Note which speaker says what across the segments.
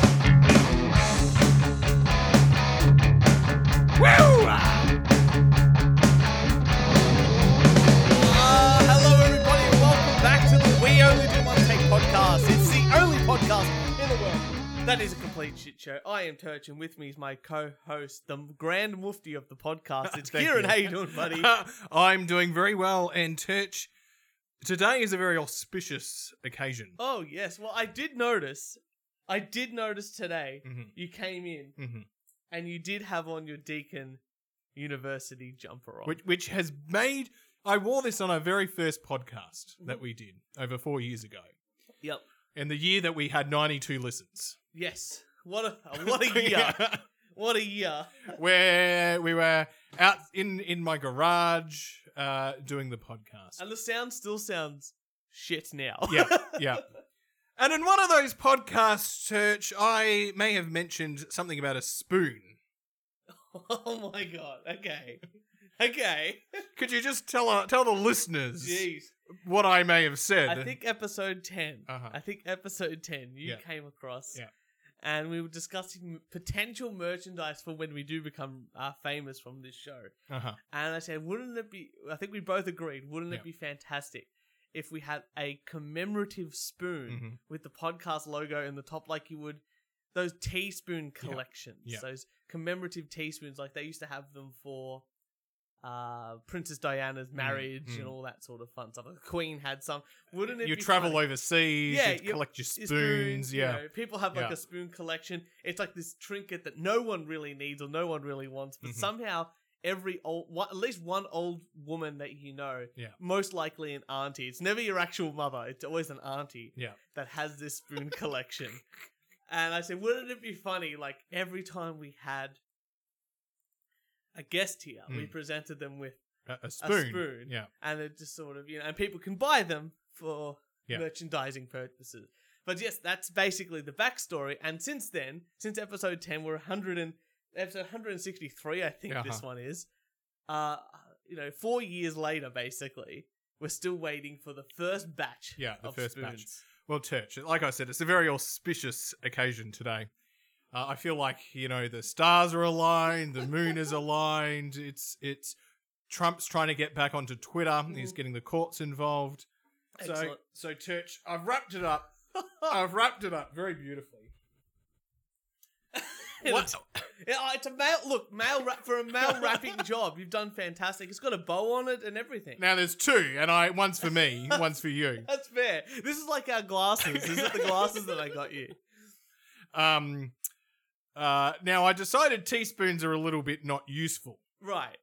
Speaker 1: That is a complete shit show. I am Turch, and with me is my co-host, the Grand Mufti of the podcast. It's
Speaker 2: Thank
Speaker 1: Kieran.
Speaker 2: you.
Speaker 1: How you doing, buddy?
Speaker 2: I'm doing very well, and Turch, today is a very auspicious occasion.
Speaker 1: oh yes. Well, I did notice. I did notice today
Speaker 2: Mhm,
Speaker 1: you came in
Speaker 2: mhm.
Speaker 1: and you did have on your Deacon University jumper on.
Speaker 2: Which, which has made. I wore this on our very first podcast
Speaker 1: Mm-hmm.
Speaker 2: that we did over four years ago,
Speaker 1: yep.
Speaker 2: and the year that we had 92 listens.
Speaker 1: Yes. What a what a year. what a year.
Speaker 2: Where we were out in, in my garage uh, doing the podcast.
Speaker 1: And the sound still sounds shit now.
Speaker 2: yeah, yeah. And in one of those podcasts, Church, I may have mentioned something about a spoon.
Speaker 1: oh my god. Okay. Okay.
Speaker 2: Could you just tell uh, tell the listeners
Speaker 1: Jeez.
Speaker 2: what I may have said?
Speaker 1: I think episode 10.
Speaker 2: Uh-huh.
Speaker 1: I think episode 10, you
Speaker 2: Yeah.
Speaker 1: came across.
Speaker 2: Yeah.
Speaker 1: And we were discussing potential merchandise for when we do become uh, famous from this show.
Speaker 2: Uh-huh.
Speaker 1: And I said, wouldn't it be, I think we both agreed, wouldn't
Speaker 2: Yeah.
Speaker 1: it be fantastic if we had a commemorative spoon
Speaker 2: Mhm.
Speaker 1: with the podcast logo in the top, like you would those teaspoon
Speaker 2: Yeah.
Speaker 1: collections,
Speaker 2: Yeah.
Speaker 1: those commemorative teaspoons, like they used to have them for uh Princess Diana's marriage
Speaker 2: mm.
Speaker 1: and all that sort of fun stuff. The Queen had some. Wouldn't it
Speaker 2: You
Speaker 1: be
Speaker 2: travel
Speaker 1: funny?
Speaker 2: overseas,
Speaker 1: Yeah,
Speaker 2: you
Speaker 1: you-
Speaker 2: collect your
Speaker 1: Your
Speaker 2: spoons,
Speaker 1: you
Speaker 2: yeah.
Speaker 1: know, people have like
Speaker 2: Yeah.
Speaker 1: a spoon collection. It's like this trinket that no one really needs or no one really wants, but
Speaker 2: Mhm.
Speaker 1: somehow every old, one, at least one old woman that you know,
Speaker 2: Yeah.
Speaker 1: most likely an auntie. It's never your actual mother. It's always an auntie
Speaker 2: Yeah.
Speaker 1: that has this spoon collection. And I said, wouldn't it be funny? Like every time we had a guest here, we
Speaker 2: Mm.
Speaker 1: presented them with,
Speaker 2: A, a spoon.
Speaker 1: spoon.
Speaker 2: Yeah.
Speaker 1: and it just sort of, you know, and people can buy them for
Speaker 2: Yeah.
Speaker 1: merchandising purposes. But yes, that's basically the backstory. And since then, since episode 10, we're 100 and episode 163, I think this
Speaker 2: Uh-huh.
Speaker 1: one is. Uh, you know, four years later, basically, we're still waiting for the first batch.
Speaker 2: Yeah, the
Speaker 1: of
Speaker 2: first
Speaker 1: spoons.
Speaker 2: batch. Well, Church, like I said, it's a very auspicious occasion today. Uh, I feel like, you know, the stars are aligned, the moon is aligned. It's it's Trump's trying to get back onto Twitter. He's
Speaker 1: Mhm.
Speaker 2: getting the courts involved. So,
Speaker 1: Excellent.
Speaker 2: so Church, I've wrapped it up. I've wrapped it up very beautifully. What?
Speaker 1: Yeah, oh, it's a mail. Look, mail wrap for a mail wrapping job. You've done fantastic. It's got a bow on it and everything.
Speaker 2: Now there's two, and I one's for me, one's for you.
Speaker 1: That's fair. This is like our glasses. Is it the glasses that I got you?
Speaker 2: Um, uh, now I decided teaspoons are a little bit not useful.
Speaker 1: Right.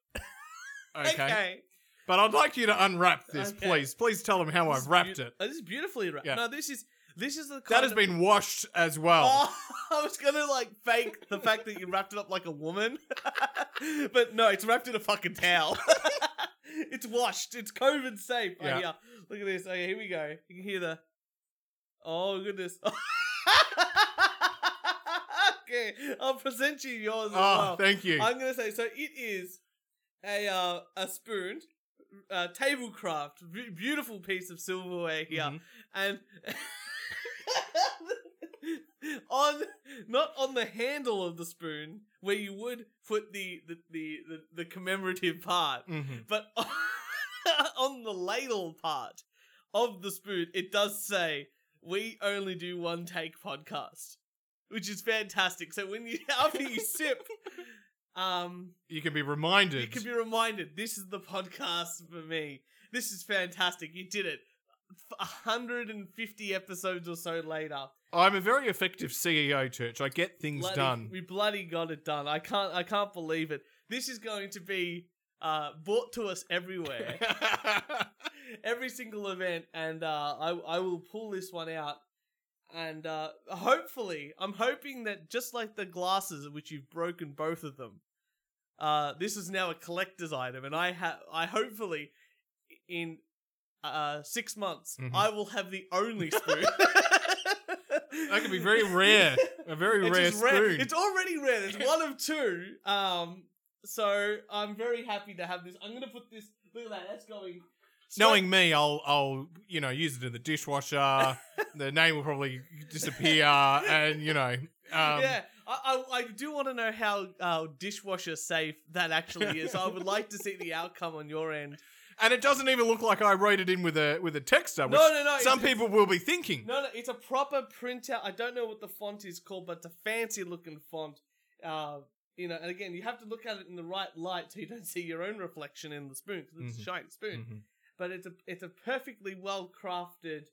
Speaker 2: Okay, but I'd like you to unwrap this,
Speaker 1: Okay.
Speaker 2: please. Please tell them how
Speaker 1: This
Speaker 2: I've
Speaker 1: is
Speaker 2: wrapped
Speaker 1: beau-
Speaker 2: it.
Speaker 1: Oh, this is beautifully wrapped.
Speaker 2: Yeah.
Speaker 1: No, this is this is the kind
Speaker 2: That has
Speaker 1: of-
Speaker 2: been washed as well.
Speaker 1: Oh, I was gonna like fake the fact that you wrapped it up like a woman, but no, it's wrapped in a fucking towel. it's washed. It's COVID safe. Oh,
Speaker 2: Yeah.
Speaker 1: yeah. Look at this. Okay, here we go. You can hear the. Oh goodness. okay, I'll present you yours. As
Speaker 2: Oh,
Speaker 1: well.
Speaker 2: thank you.
Speaker 1: I'm gonna say so. It is a uh, a spoon, uh, tablecraft, b- beautiful piece of silverware here,
Speaker 2: Mhm.
Speaker 1: and on not on the handle of the spoon where you would put the the the, the, the commemorative part,
Speaker 2: Mhm.
Speaker 1: but on the ladle part of the spoon, it does say, "We only do one take podcast," which is fantastic. So when you after you sip, um,
Speaker 2: You can be reminded.
Speaker 1: you can be reminded this is the podcast for me. This is fantastic. You did it. F- 150 episodes or so later,
Speaker 2: I'm a very effective CEO, Church. I get things
Speaker 1: bloody,
Speaker 2: done.
Speaker 1: We bloody got it done. I can't. I can't believe it. This is going to be uh, brought to us everywhere. every single event, and uh, I I will pull this one out, and uh, hopefully I'm hoping that just like the glasses, which you've broken both of them, uh, this is now a collector's item, and I have I hopefully in uh six months
Speaker 2: Mhm.
Speaker 1: I will have the only spoon.
Speaker 2: that could be very rare. A very
Speaker 1: It's
Speaker 2: rare
Speaker 1: just rare.
Speaker 2: spoon.
Speaker 1: It's already rare. There's one of two. Um, so I'm very happy to have this. I'm gonna put this. Look at that. That's going
Speaker 2: Knowing me, I'll I'll you know use it in the dishwasher. the name will probably disappear, and you know, um,
Speaker 1: yeah, I, I, I do want to know how uh, dishwasher safe that actually is. I would like to see the outcome on your end.
Speaker 2: and it doesn't even look like I wrote it in with a with a texter, Uh, which
Speaker 1: No, no, no.
Speaker 2: some
Speaker 1: it's-
Speaker 2: people will be thinking.
Speaker 1: No, no, it's a proper printout. I don't know what the font is called, but it's a fancy looking font. Uh, you know, and again, you have to look at it in the right light so you don't see your own reflection in the spoon 'cause it's
Speaker 2: Mhm.
Speaker 1: a shiny spoon.
Speaker 2: Mhm.
Speaker 1: But it's a it's a perfectly well crafted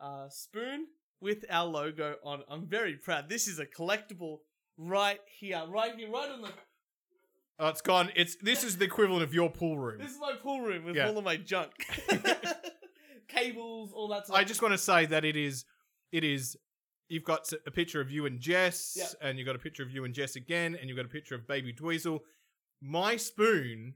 Speaker 1: uh, spoon with our logo on. it. I'm very proud. This is a collectible right here, right here, right on the.
Speaker 2: Oh, it's gone. It's this is the equivalent of your pool room.
Speaker 1: This is my pool room with
Speaker 2: Yeah.
Speaker 1: all of my junk, cables, all that. Stuff.
Speaker 2: I just want to say that it is, it is. You've got s- a picture of you and Jess,
Speaker 1: Yeah.
Speaker 2: and you've got a picture of you and Jess again, and you've got a picture of Baby Dweezil. My spoon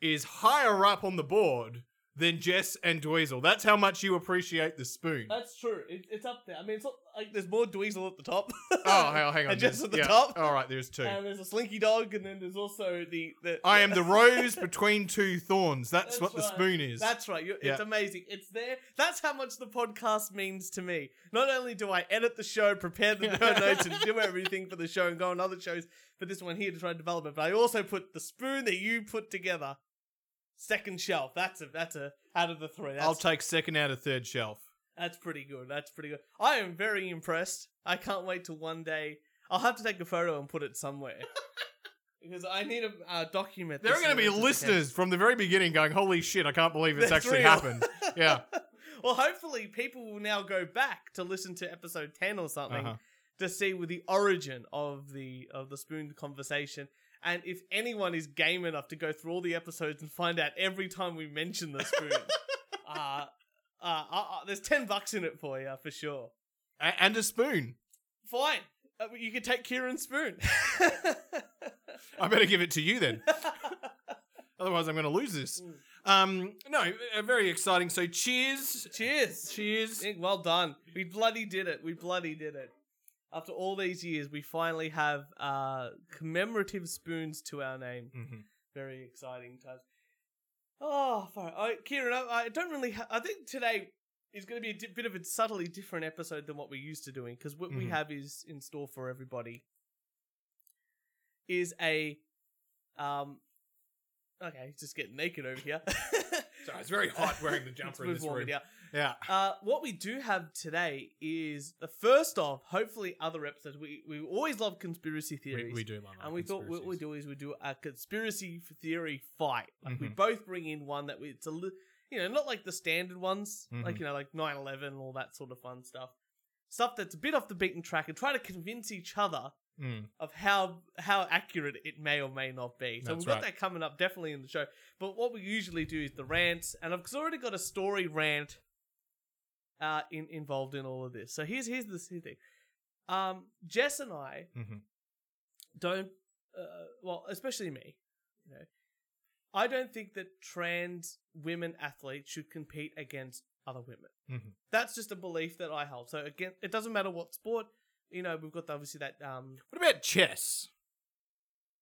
Speaker 2: is higher up on the board than Jess and Dweezil. That's how much you appreciate the spoon. oh,
Speaker 1: That's true. It, it's up there. I mean, it's not like there's more Dweezil at the top.
Speaker 2: Oh, hang on, hang on.
Speaker 1: and Jess
Speaker 2: there's-
Speaker 1: at the
Speaker 2: yeah.
Speaker 1: top.
Speaker 2: All right, there's two.
Speaker 1: And there's a slinky dog, and then there's also the. the
Speaker 2: I am the rose between two thorns. That's,
Speaker 1: That's
Speaker 2: what the
Speaker 1: right.
Speaker 2: spoon is.
Speaker 1: That's right. You're, It's
Speaker 2: Yeah.
Speaker 1: amazing. It's there. That's how much the podcast means to me. Not only do I edit the show, prepare the show notes, and do everything for the show and go on other shows for this one here to try and develop it, but I also put the spoon that you put together second shelf. That's a that's a out of the three. That's,
Speaker 2: I'll take second out of third shelf.
Speaker 1: That's pretty good. That's pretty good. I am very impressed. I can't wait till one day. I'll have to take a photo and put it somewhere because I need to uh, document.
Speaker 2: There are
Speaker 1: this
Speaker 2: going to be
Speaker 1: as much as I can.
Speaker 2: listeners from the very beginning going, "Holy shit! I can't believe this
Speaker 1: That's
Speaker 2: actually
Speaker 1: real."
Speaker 2: happened." Yeah.
Speaker 1: Well, hopefully, people will now go back to listen to episode ten or something
Speaker 2: Uh-huh.
Speaker 1: to see with the origin of the of the spoon conversation. And if anyone is game enough to go through all the episodes and find out every time we mention the spoon, uh, uh, uh, uh, there's ten bucks in it for you for sure.
Speaker 2: A- and a spoon.
Speaker 1: Fine. Uh, you could take Kieran's spoon.
Speaker 2: I better give it to you then. Otherwise, I'm going to lose this.
Speaker 1: Mm.
Speaker 2: Um, no, uh, very exciting. So, cheers.
Speaker 1: Cheers.
Speaker 2: Cheers.
Speaker 1: Well done. We bloody did it. We bloody did it. After all these years, we finally have uh, commemorative spoons to our name.
Speaker 2: Mhm.
Speaker 1: Very exciting times. Oh, far. I, Kieran, I, I don't really. Ha- I think today is going to be a di- bit of a subtly different episode than what we're used to doing because what we
Speaker 2: Mhm.
Speaker 1: have is in store for everybody is a. Um, okay, just getting naked over here.
Speaker 2: Sorry, it's very hot wearing the jumper in
Speaker 1: Let's
Speaker 2: this
Speaker 1: move on
Speaker 2: room.
Speaker 1: with ya.
Speaker 2: Yeah.
Speaker 1: Uh, what we do have today is the first of hopefully other episodes. We we always love conspiracy
Speaker 2: We,
Speaker 1: theories,
Speaker 2: we do love our
Speaker 1: and we thought what we
Speaker 2: conspiracies.
Speaker 1: do is we do a conspiracy f- theory fight. Like we
Speaker 2: Mhm.
Speaker 1: both bring in one that we it's a li- you know not like the standard ones, like
Speaker 2: Mhm.
Speaker 1: you know like 9-11 and all that sort of fun stuff, stuff that's a bit off the beaten track, and try to convince each other
Speaker 2: Mm.
Speaker 1: of how how accurate it may or may not be. So
Speaker 2: That's
Speaker 1: we've got
Speaker 2: right.
Speaker 1: that coming up definitely in the show. But what we usually do is the rants, and I've already got a story rant uh, in, involved in all of this. So here's here's the thing. Um, Jess and I
Speaker 2: Mhm.
Speaker 1: don't, uh, well, especially me, you know, I don't think that trans women athletes should compete against other women.
Speaker 2: Mhm.
Speaker 1: That's just a belief that I hold. So again, it doesn't matter what sport. You know, we've got obviously that um,
Speaker 2: What about chess?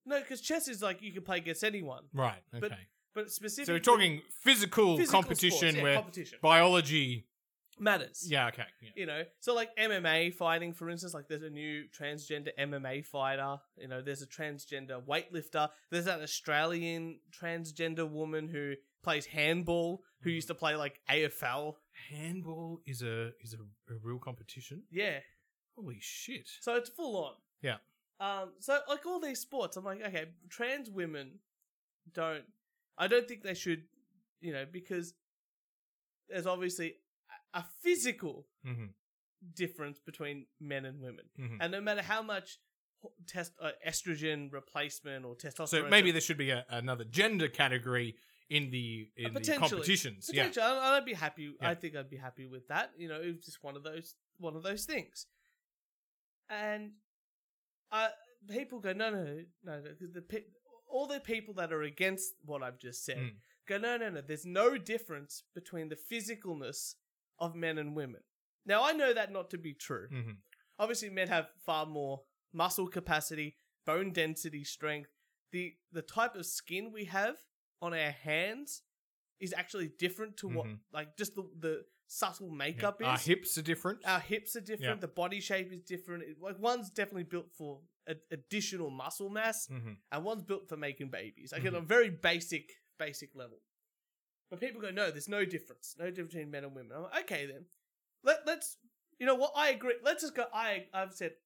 Speaker 1: no, because chess is like you can play against anyone,
Speaker 2: Right.
Speaker 1: But-
Speaker 2: Okay.
Speaker 1: but specifically,
Speaker 2: so we're talking physical,
Speaker 1: physical
Speaker 2: competition
Speaker 1: sports, yeah,
Speaker 2: where
Speaker 1: competition
Speaker 2: biology.
Speaker 1: matters.
Speaker 2: Yeah. Okay. Yeah.
Speaker 1: you know, so like MMA fighting, for instance, like there's a new transgender MMA fighter. You know, there's a transgender weightlifter. There's that Australian transgender woman who plays handball, who
Speaker 2: Mm-hmm.
Speaker 1: used to play like AFL.
Speaker 2: Handball is a is a, a real competition.
Speaker 1: Yeah,
Speaker 2: Holy shit.
Speaker 1: so it's full on.
Speaker 2: Yeah.
Speaker 1: Um. So like all these sports, I'm like, okay, trans women don't. I don't think they should, you know, because there's obviously a a physical
Speaker 2: Mhm.
Speaker 1: difference between men and women,
Speaker 2: Mhm.
Speaker 1: and no matter how much ho- test uh, estrogen replacement or testosterone,
Speaker 2: So maybe there should be a, another gender category in the in the
Speaker 1: Potentially.
Speaker 2: competitions. Yeah.
Speaker 1: potential. I'd, I'd be happy. I
Speaker 2: Yeah.
Speaker 1: think I'd be happy with that. You know, it was just one of those one of those things. And uh, people go, no, no, no, no. 'cause The pe- all the people that are against what I've just said
Speaker 2: Mm.
Speaker 1: go, no, no, no. There's no difference between the physicalness of men and women. Now I know that not to be true.
Speaker 2: Mhm.
Speaker 1: Obviously, men have far more muscle capacity, bone density, strength. The the type of skin we have on our hands is actually different to what
Speaker 2: Mhm.
Speaker 1: like just the the subtle makeup
Speaker 2: Our
Speaker 1: is.
Speaker 2: hips are different.
Speaker 1: Our hips are different.
Speaker 2: Yeah.
Speaker 1: The body shape is different. It- Like one's definitely built for a- additional muscle mass,
Speaker 2: Mhm.
Speaker 1: and one's built for making babies. Like at
Speaker 2: Mhm.
Speaker 1: a very basic, basic level. But people go, no, there's no difference. No difference between men and women. I'm like, okay then. Let let's you know what I agree. Let's just go. I I've said,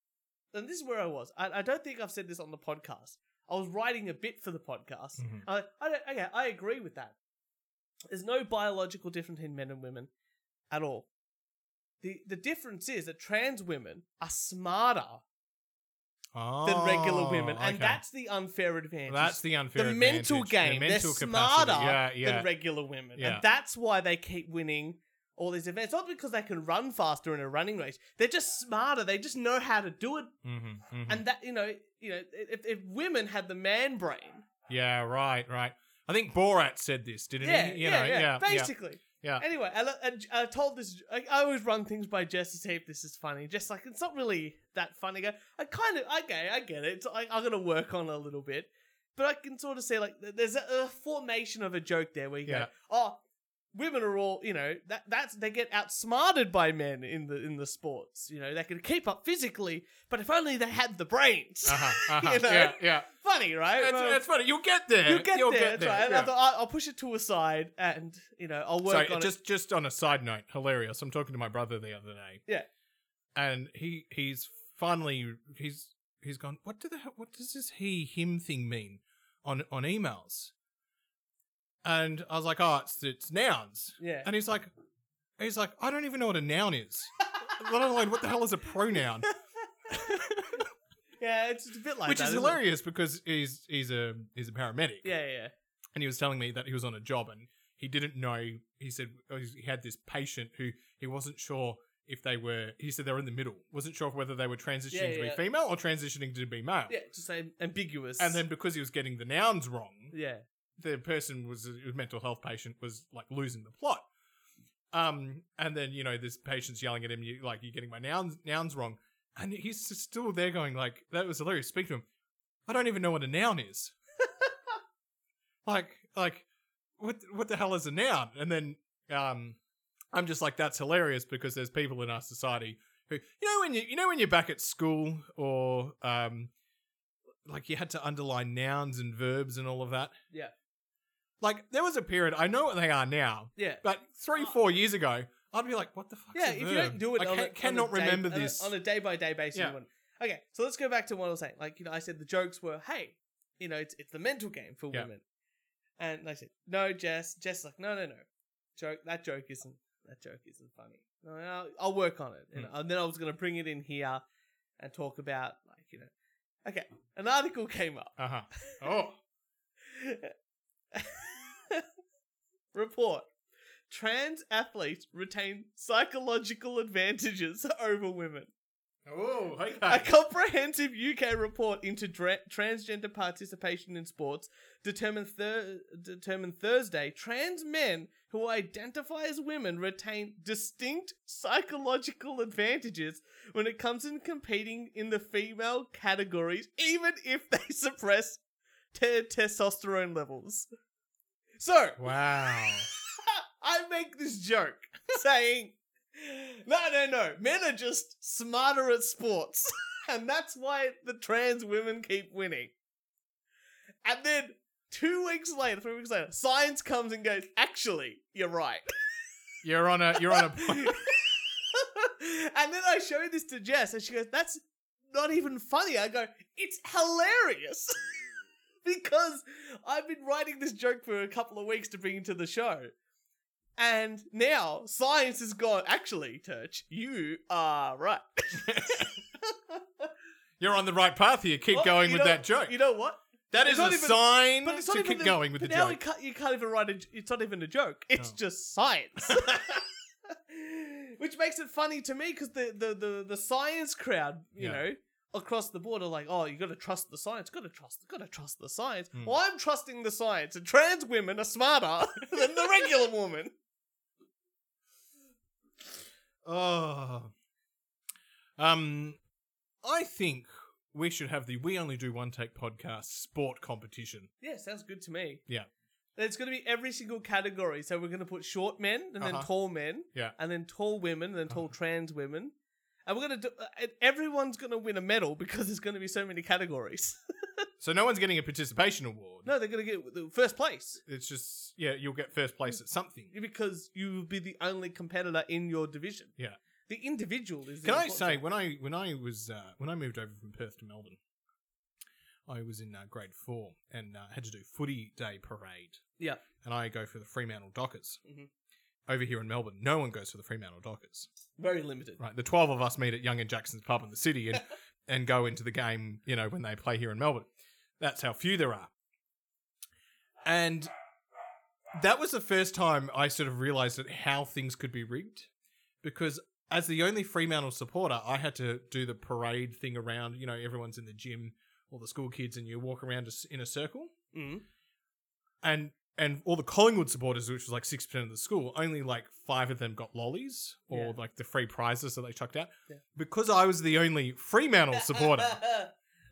Speaker 1: and this is where I was. I, I don't think I've said this on the podcast. I was writing a bit for the podcast.
Speaker 2: Mhm.
Speaker 1: I, I don't, okay, I agree with that. There's no biological difference in men and women at all. The the difference is that trans women are smarter than regular
Speaker 2: Oh,
Speaker 1: women, and
Speaker 2: okay.
Speaker 1: that's the unfair advantage.
Speaker 2: that's the unfair.
Speaker 1: the mental
Speaker 2: advantage,
Speaker 1: game.
Speaker 2: The mental
Speaker 1: They're
Speaker 2: capacity.
Speaker 1: smarter
Speaker 2: Yeah, yeah.
Speaker 1: than regular women,
Speaker 2: Yeah.
Speaker 1: and that's why they keep winning all these events. Not because they can run faster in a running race; they're just smarter. They just know how to do it,
Speaker 2: mm-hmm,
Speaker 1: and that you know, you know, if, if women had the man brain,
Speaker 2: yeah, right, right. I think Borat said this, didn't
Speaker 1: yeah,
Speaker 2: he? You
Speaker 1: yeah,
Speaker 2: know,
Speaker 1: yeah,
Speaker 2: yeah,
Speaker 1: Basically.
Speaker 2: Yeah.
Speaker 1: Anyway, I, lo- and I told this. I, I always run things by Jess to see if this is funny. Just like it's not really that funny. I, I kind of okay, I get it. It's like I'm gonna work on it a little bit, but I can sort of see like th- there's a, a formation of a joke there where you go,
Speaker 2: Yeah.
Speaker 1: oh, women are all you know that that's they get outsmarted by men in the in the sports. You know they can keep up physically, but if only they had the brains.
Speaker 2: Uh-huh, uh-huh,
Speaker 1: You know?
Speaker 2: Yeah, yeah.
Speaker 1: funny, right?
Speaker 2: That's,
Speaker 1: Well,
Speaker 2: that's funny. You'll get there.
Speaker 1: You'll get
Speaker 2: Uh, You'll
Speaker 1: there,
Speaker 2: Get
Speaker 1: that's right. And I
Speaker 2: yeah.
Speaker 1: thought, I'll, I'll push it to a side, and you know, I'll work
Speaker 2: so
Speaker 1: on it.
Speaker 2: just just on a side note, hilarious. I'm talking to my brother the other day.
Speaker 1: Yeah.
Speaker 2: and he he's finally he's he's gone. What do the hell- what does this he him thing mean on on emails? And I was like, oh, it's it's nouns.
Speaker 1: Yeah.
Speaker 2: And he's like, he's like, I don't even know what a noun is. Let alone what the hell is a pronoun,
Speaker 1: Yeah, it's, it's a bit like
Speaker 2: which
Speaker 1: is
Speaker 2: is hilarious because he's he's a he's a paramedic.
Speaker 1: Yeah, yeah, yeah.
Speaker 2: and he was telling me that he was on a job and he didn't know. He said oh, he had this patient who he wasn't sure if they were. He said they were in the middle, wasn't sure whether they were transitioning
Speaker 1: Yeah,
Speaker 2: to be
Speaker 1: yeah.
Speaker 2: female or transitioning to be male.
Speaker 1: Yeah, just say ambiguous.
Speaker 2: And then because he was getting the nouns wrong,
Speaker 1: yeah,
Speaker 2: the person was a mental health patient was like losing the plot. Um, and then you know this patient's yelling at him, you like you're getting my nouns nouns wrong, and he's just still there going like that was hilarious. Speak to him. I don't even know what a noun is. like like what what the hell is a noun? And then um, I'm just like that's hilarious because there's people in our society who you know when you you know when you're back at school or um like you had to underline nouns and verbs and all of that.
Speaker 1: Yeah.
Speaker 2: Like there was a period I know what they are now,
Speaker 1: yeah.
Speaker 2: but three four years ago I'd be like, what the fuck?
Speaker 1: Oh. Yeah, if you don't do it,
Speaker 2: I
Speaker 1: on
Speaker 2: ca-
Speaker 1: a, on a
Speaker 2: cannot
Speaker 1: day-
Speaker 2: remember
Speaker 1: on a-
Speaker 2: this.
Speaker 1: on a day by day basis. you
Speaker 2: Yeah.
Speaker 1: wouldn't. Okay, so let's go back to what I was saying. Like you know, I said the jokes were, hey, you know, it's it's the mental game for
Speaker 2: Yeah.
Speaker 1: women, and I said, no, Jess, Jess, is like, no, no, no, joke that joke isn't that joke isn't funny. No, I'll, I'll work on it,
Speaker 2: Hmm.
Speaker 1: you know. and then I was going to bring it in here and talk about like you know, okay, an article came up.
Speaker 2: uh huh. Oh,
Speaker 1: Report. Trans athletes retain psychological advantages over women.
Speaker 2: oh,
Speaker 1: A
Speaker 2: okay.
Speaker 1: comprehensive UK report into dra- transgender participation in sports determined, thir- determined Thursday trans men who identify as women retain distinct psychological advantages when it comes in competing in the female categories, even if they suppress te- testosterone levels. So,
Speaker 2: Wow.
Speaker 1: I make this joke saying, no, no, no, men are just smarter at sports. And that's why the trans women keep winning. And then two weeks later, three weeks later, science comes and goes, actually, you're right.
Speaker 2: You're on a you're on a
Speaker 1: and
Speaker 2: point.
Speaker 1: then I show this to Jess and she goes, that's not even funny. I go, it's hilarious. because I've been writing this joke for a couple of weeks to bring into the show. And now science has gone, actually, Turch, you are right.
Speaker 2: You're on the right path here. Keep
Speaker 1: Oh,
Speaker 2: going
Speaker 1: you
Speaker 2: with
Speaker 1: know-
Speaker 2: that joke.
Speaker 1: You know what?
Speaker 2: that
Speaker 1: it's
Speaker 2: is a
Speaker 1: not even-
Speaker 2: sign
Speaker 1: But it's not
Speaker 2: to
Speaker 1: even
Speaker 2: keep
Speaker 1: the-
Speaker 2: going with the
Speaker 1: but now we
Speaker 2: joke.
Speaker 1: can't, you can't even write a j It's not even a joke. It's
Speaker 2: No.
Speaker 1: just science. Which makes it funny to me because the, the, the, the science crowd, you
Speaker 2: Yeah.
Speaker 1: know, across the board are like, oh, you got to trust the science. Got to trust. Got to trust the science.
Speaker 2: Hmm.
Speaker 1: Well, I'm trusting the science, and trans women are smarter than the regular woman.
Speaker 2: Oh. Um, I think we should have the We Only Do One Take podcast sport competition.
Speaker 1: Yeah, sounds good to me.
Speaker 2: Yeah.
Speaker 1: It's going to be every single category. So we're going to put short men and then
Speaker 2: Uh-huh.
Speaker 1: tall men.
Speaker 2: Yeah. Uh-huh.
Speaker 1: And then tall women and then tall trans women. And we're going to do. uh, and Everyone's going to win a medal because there's going to be so many categories.
Speaker 2: So no one's getting a participation award.
Speaker 1: no, they're going to get the first place
Speaker 2: It's just yeah, you'll get first place at something.
Speaker 1: because you will be the only competitor in your division.
Speaker 2: Yeah.
Speaker 1: The individual is. the
Speaker 2: Can I
Speaker 1: important
Speaker 2: say
Speaker 1: thing.
Speaker 2: when I when I was uh, when I moved over from Perth to Melbourne, I was in uh, grade four and uh, had to do footy day parade.
Speaker 1: Yeah.
Speaker 2: and I go for the Fremantle Dockers.
Speaker 1: Mhm.
Speaker 2: Over here in Melbourne, no one goes for the Fremantle Dockers.
Speaker 1: Very limited.
Speaker 2: Right, the twelve of us meet at Young and Jackson's pub in the city and and go into the game. You know when they play here in Melbourne, that's how few there are. And that was the first time I sort of realised that how things could be rigged, because as the only Fremantle supporter, I had to do the parade thing around. You know, everyone's in the gym, all the school kids, and you walk around us in a circle
Speaker 1: Mm.
Speaker 2: and and all the Collingwood supporters, which was like six percent of the school, only like five of them got lollies or
Speaker 1: Yeah.
Speaker 2: like the free prizes that they chucked out.
Speaker 1: Yeah.
Speaker 2: Because I was the only Fremantle supporter,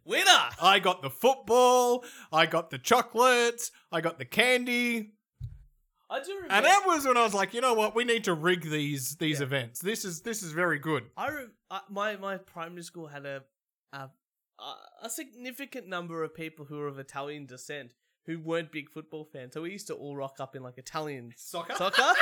Speaker 1: Winner.
Speaker 2: I got the football, I got the chocolates, I got the candy,
Speaker 1: I do remember.
Speaker 2: and that was when I was like, you know what, we need to rig these these
Speaker 1: Yeah.
Speaker 2: events. This is this is very good.
Speaker 1: I, re- I my my primary school had a, a a significant number of people who were of Italian descent who weren't big football fans. So we used to all rock up in like Italian
Speaker 2: Soccer.
Speaker 1: soccer.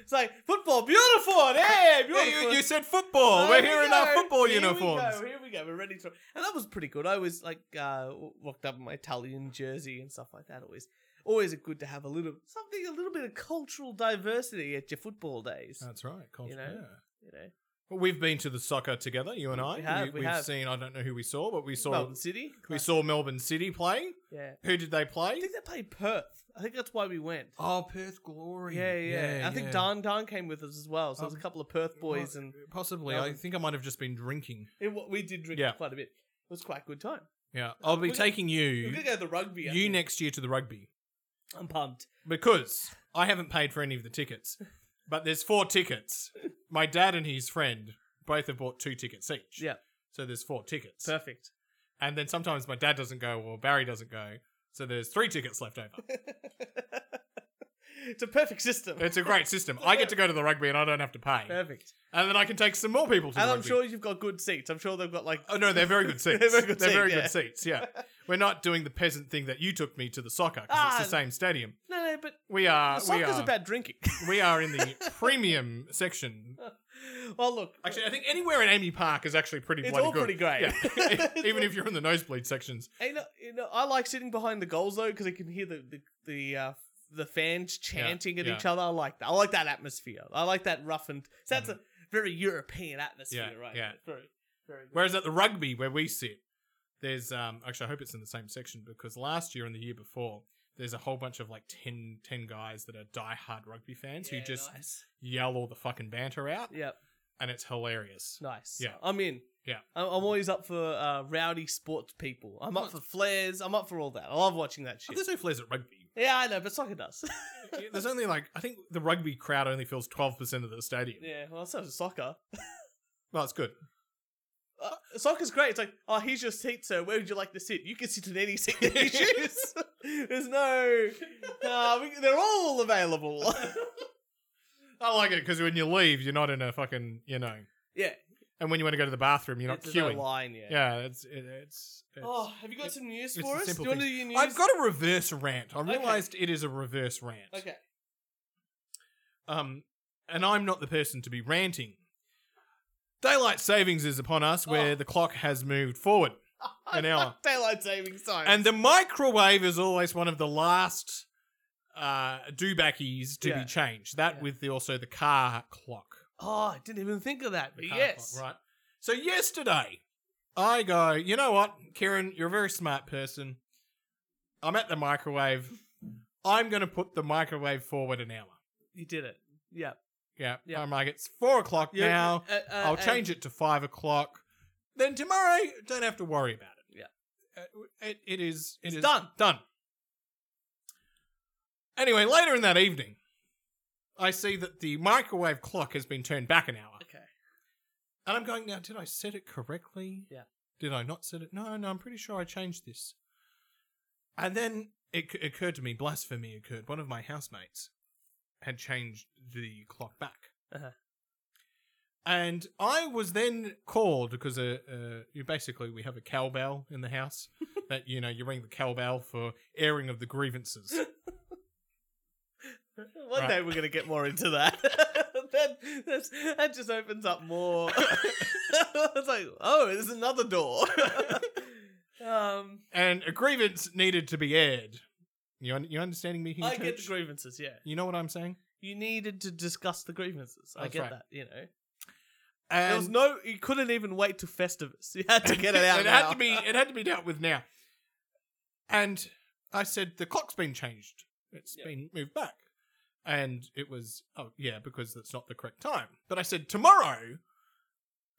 Speaker 1: it's like football, beautiful, hey,
Speaker 2: Yeah,
Speaker 1: beautiful.
Speaker 2: you, you said football.
Speaker 1: Oh,
Speaker 2: We're here in our
Speaker 1: go,
Speaker 2: football
Speaker 1: here
Speaker 2: uniforms.
Speaker 1: We go, here we go. We're ready to. And that was pretty good. I was like, uh, w- rocked up in my Italian jersey and stuff like that. Always, always good to have a little something, a little bit of cultural diversity at your football days.
Speaker 2: That's right.
Speaker 1: You
Speaker 2: Culture,
Speaker 1: know?
Speaker 2: yeah.
Speaker 1: you know,
Speaker 2: Well, We've been to the soccer together, you and I.
Speaker 1: We have, we
Speaker 2: have
Speaker 1: have.
Speaker 2: seen. I don't know who we saw, but we saw
Speaker 1: Melbourne City.
Speaker 2: we
Speaker 1: Classic.
Speaker 2: saw Melbourne City play.
Speaker 1: Yeah.
Speaker 2: Who did they
Speaker 1: I
Speaker 2: play?
Speaker 1: think they played Perth. I think that's why we went.
Speaker 2: Oh, Perth Glory.
Speaker 1: yeah, yeah, I think
Speaker 2: yeah.
Speaker 1: Don Don came with us as well. So there was a
Speaker 2: Um,
Speaker 1: couple of Perth boys,
Speaker 2: well,
Speaker 1: and um,
Speaker 2: Possibly. I
Speaker 1: Melbourne.
Speaker 2: think I might have just been drinking.
Speaker 1: it, wa- we did drink
Speaker 2: Yeah.
Speaker 1: quite a bit. It was quite a good time.
Speaker 2: Yeah, I'll be
Speaker 1: We-
Speaker 2: taking
Speaker 1: We're
Speaker 2: you
Speaker 1: gonna go to the rugby. I
Speaker 2: you
Speaker 1: think.
Speaker 2: next year to the rugby
Speaker 1: I'm pumped.
Speaker 2: because I haven't paid for any of the tickets, but there's four tickets. My dad and his friend both have bought two tickets each.
Speaker 1: Yeah.
Speaker 2: So there's four tickets.
Speaker 1: Perfect.
Speaker 2: and then sometimes my dad doesn't go or Barry doesn't go, so there's three tickets left over.
Speaker 1: it's a perfect system.
Speaker 2: It's a great system. I get to go to the rugby and I don't have to pay,
Speaker 1: perfect.
Speaker 2: and then I can take some more people to
Speaker 1: And
Speaker 2: the
Speaker 1: I'm
Speaker 2: rugby.
Speaker 1: sure you've got good seats. I'm sure they've got like.
Speaker 2: Oh no, they're very good seats.
Speaker 1: They're very good seat, yeah.
Speaker 2: seats. Yeah, we're not doing the peasant thing that you took me to the soccer 'cause
Speaker 1: Ah.
Speaker 2: it's the same stadium.
Speaker 1: No, no, but
Speaker 2: We are Uh, we
Speaker 1: soccer's
Speaker 2: are
Speaker 1: about drinking.
Speaker 2: we are in the premium section.
Speaker 1: well, look,
Speaker 2: Actually, I think anywhere in Amy Park is actually pretty.
Speaker 1: it's
Speaker 2: bloody
Speaker 1: all
Speaker 2: good.
Speaker 1: pretty great.
Speaker 2: Yeah. E-, even if you're in the nosebleed sections.
Speaker 1: And, you know, you know, I like sitting behind the goals though because I can hear the the the, uh, the fans chanting at
Speaker 2: yeah.
Speaker 1: each other. I like that. I like that atmosphere. I like that roughened. So that's a very European atmosphere,
Speaker 2: Mm-hmm. Yeah,
Speaker 1: right?
Speaker 2: yeah.
Speaker 1: It's Very, very. Good.
Speaker 2: Whereas at the rugby where we sit, there's um actually I hope it's in the same section because last year and the year before. There's a whole bunch of like 10, 10 guys that are diehard rugby fans
Speaker 1: Yeah,
Speaker 2: who just
Speaker 1: nice.
Speaker 2: yell all the fucking banter out,
Speaker 1: Yep,
Speaker 2: and it's hilarious.
Speaker 1: nice.
Speaker 2: Yeah.
Speaker 1: I'm in.
Speaker 2: Yeah.
Speaker 1: I'm, I'm always up for uh, rowdy sports people. I'm up for flares. I'm up for all that. I love watching that
Speaker 2: Oh,
Speaker 1: shit.
Speaker 2: there's no flares at rugby.
Speaker 1: yeah, I know, but soccer does.
Speaker 2: There's only like I think the rugby crowd only fills twelve percent of the stadium.
Speaker 1: yeah, well, so does soccer.
Speaker 2: Well, it's good.
Speaker 1: Uh, soccer's great. It's like, oh, here's your seat, sir. Where would you like to sit? You can sit in any seat that you choose. There's no, Nah, we, they're all available.
Speaker 2: I like it because when you leave, you're not in a fucking you know.
Speaker 1: Yeah.
Speaker 2: And when you want to go to the bathroom, you're not
Speaker 1: It's- there's
Speaker 2: queuing.
Speaker 1: no line yet.
Speaker 2: yeah, it's it, it's. it's
Speaker 1: Oh, have you got
Speaker 2: it-
Speaker 1: some news
Speaker 2: it's
Speaker 1: for
Speaker 2: the
Speaker 1: us? Do
Speaker 2: simple
Speaker 1: you want to
Speaker 2: things.
Speaker 1: do your news?
Speaker 2: I've got a reverse rant. I
Speaker 1: Okay.
Speaker 2: realized it is a reverse rant.
Speaker 1: Okay.
Speaker 2: Um, and I'm not the person to be ranting. Daylight savings is upon us, where
Speaker 1: Oh.
Speaker 2: the clock has moved forward. An hour.
Speaker 1: Daylight savings time.
Speaker 2: And the microwave is always one of the last uh, do backies to
Speaker 1: Yeah.
Speaker 2: be changed. That
Speaker 1: Yeah.
Speaker 2: with the, also the car clock.
Speaker 1: oh, I didn't even think of that.
Speaker 2: The
Speaker 1: But
Speaker 2: car
Speaker 1: yes.
Speaker 2: clock, right. So yesterday, I go, you know what, Kieran, you're a very smart person. I'm at the microwave. I'm going to put the microwave forward an hour.
Speaker 1: You did it. Yeah.
Speaker 2: Yeah.
Speaker 1: Yeah.
Speaker 2: I'm like, it's four o'clock
Speaker 1: Yeah,
Speaker 2: now.
Speaker 1: uh, uh,
Speaker 2: I'll change it to five o'clock. Then tomorrow, don't have to worry about it. Yeah, it, it is. it
Speaker 1: It's
Speaker 2: is
Speaker 1: done.
Speaker 2: Done. Anyway, later in that evening, I see that the microwave clock has been turned back an hour,
Speaker 1: Okay.
Speaker 2: and I'm going now. Did I set it correctly?
Speaker 1: Yeah.
Speaker 2: Did I not set it? No, no. I'm pretty sure I changed this. And then it c- occurred to me blasphemy occurred. One of my housemates had changed the clock back.
Speaker 1: Uh-huh.
Speaker 2: And I was then called because uh, uh, you basically we have a cowbell in the house that you know you ring the cowbell for airing of the grievances.
Speaker 1: One
Speaker 2: Right.
Speaker 1: day we're going to get more into that. that, that's, that just opens up more. it's like, oh, there's another door. um,
Speaker 2: and a grievance needed to be aired. You un- you understanding me here?
Speaker 1: I get the
Speaker 2: Church?
Speaker 1: grievances, yeah.
Speaker 2: You know what I'm saying?
Speaker 1: You needed to discuss the grievances. I
Speaker 2: That's
Speaker 1: get
Speaker 2: right.
Speaker 1: that, you know.
Speaker 2: And
Speaker 1: there was no, you couldn't even wait to Festivus. You had to get it out
Speaker 2: it
Speaker 1: now.
Speaker 2: had to be it had to be dealt with now. And I said the clock's been changed. It's
Speaker 1: Yeah.
Speaker 2: been moved back. And it was oh yeah, because that's not the correct time. But I said tomorrow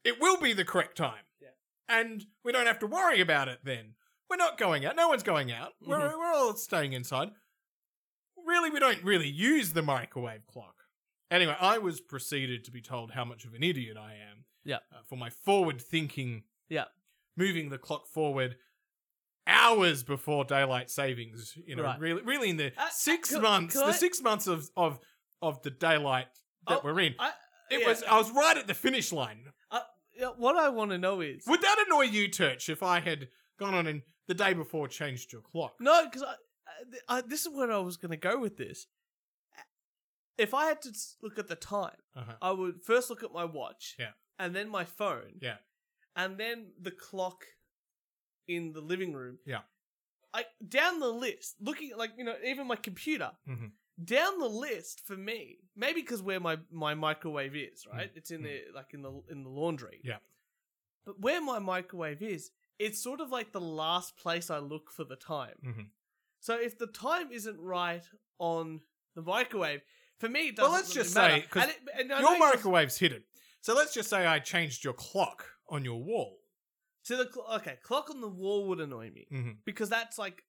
Speaker 2: it will be the correct time.
Speaker 1: Yeah.
Speaker 2: And we don't have to worry about it then. We're not going out. No one's going out. We're,
Speaker 1: Mhm.
Speaker 2: we're all staying inside. Really, we don't really use the microwave clock. Anyway, I was proceeded to be told how much of an idiot I am.
Speaker 1: Yeah.
Speaker 2: uh, for my forward thinking moving the clock forward hours before daylight savings. You know,
Speaker 1: Right.
Speaker 2: really, really in the
Speaker 1: Uh,
Speaker 2: six
Speaker 1: could-
Speaker 2: months,
Speaker 1: could
Speaker 2: the
Speaker 1: I-
Speaker 2: six months of of of the daylight that
Speaker 1: Oh,
Speaker 2: we're in.
Speaker 1: I-
Speaker 2: it
Speaker 1: yeah.
Speaker 2: was. I was right at the finish line.
Speaker 1: Yeah, What I want to know is.
Speaker 2: Would that annoy you, Turch, if I had gone on and the day before changed your clock?
Speaker 1: No, because I, I, I, this is where I was going to go with this. If I had to s- look at the time,
Speaker 2: Uh-huh.
Speaker 1: I would first look at my watch,
Speaker 2: Yeah.
Speaker 1: and then my phone,
Speaker 2: Yeah.
Speaker 1: and then the clock in the living room,
Speaker 2: Yeah.
Speaker 1: I down the list, looking at, like you know, even my computer.
Speaker 2: Mhm.
Speaker 1: Down the list for me, maybe because where my, my microwave is, right? It's in the like in the in the laundry.
Speaker 2: Mm-hmm. Yeah.
Speaker 1: But where my microwave is, it's sort of like the last place I look for the time.
Speaker 2: Mhm.
Speaker 1: So if the time isn't right on the microwave, for me, it doesn't
Speaker 2: Well, let's
Speaker 1: really
Speaker 2: just
Speaker 1: matter.
Speaker 2: say, 'cause
Speaker 1: And it- and I know
Speaker 2: Your
Speaker 1: you're-
Speaker 2: microwave's hidden. So let's just say I changed your clock on your wall.
Speaker 1: So the cl- okay clock on the wall would annoy me
Speaker 2: Mhm.
Speaker 1: because that's like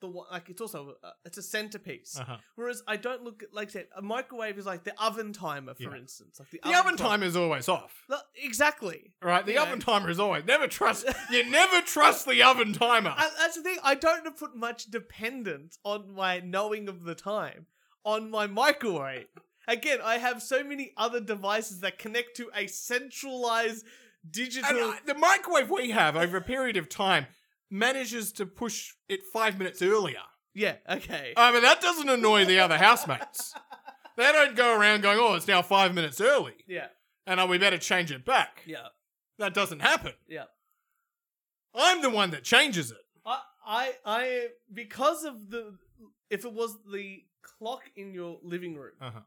Speaker 1: the one like it's also uh, it's a centerpiece.
Speaker 2: Uh-huh.
Speaker 1: Whereas I don't look at like I said a microwave is like the oven timer for
Speaker 2: Yeah.
Speaker 1: instance, like the,
Speaker 2: The oven
Speaker 1: clock.
Speaker 2: timer is always off.
Speaker 1: No, exactly.
Speaker 2: Right, the
Speaker 1: Yeah.
Speaker 2: oven timer is always never trust. you never trust the oven timer.
Speaker 1: I, that's the thing. I don't put much dependence on my knowing of the time on my microwave. Again, I have so many other devices that connect to a centralized
Speaker 2: And
Speaker 1: digital.
Speaker 2: uh, the microwave we have over a period of time manages to push it five minutes earlier.
Speaker 1: yeah. Okay.
Speaker 2: I mean, that doesn't annoy the other housemates. They don't go around going, oh, it's now five minutes early,
Speaker 1: yeah.
Speaker 2: and oh, we better change it back.
Speaker 1: Yeah.
Speaker 2: That doesn't happen.
Speaker 1: Yeah.
Speaker 2: I'm the one that changes it.
Speaker 1: I, I, I, because of the, if it was the clock in your living room,
Speaker 2: Uh-huh.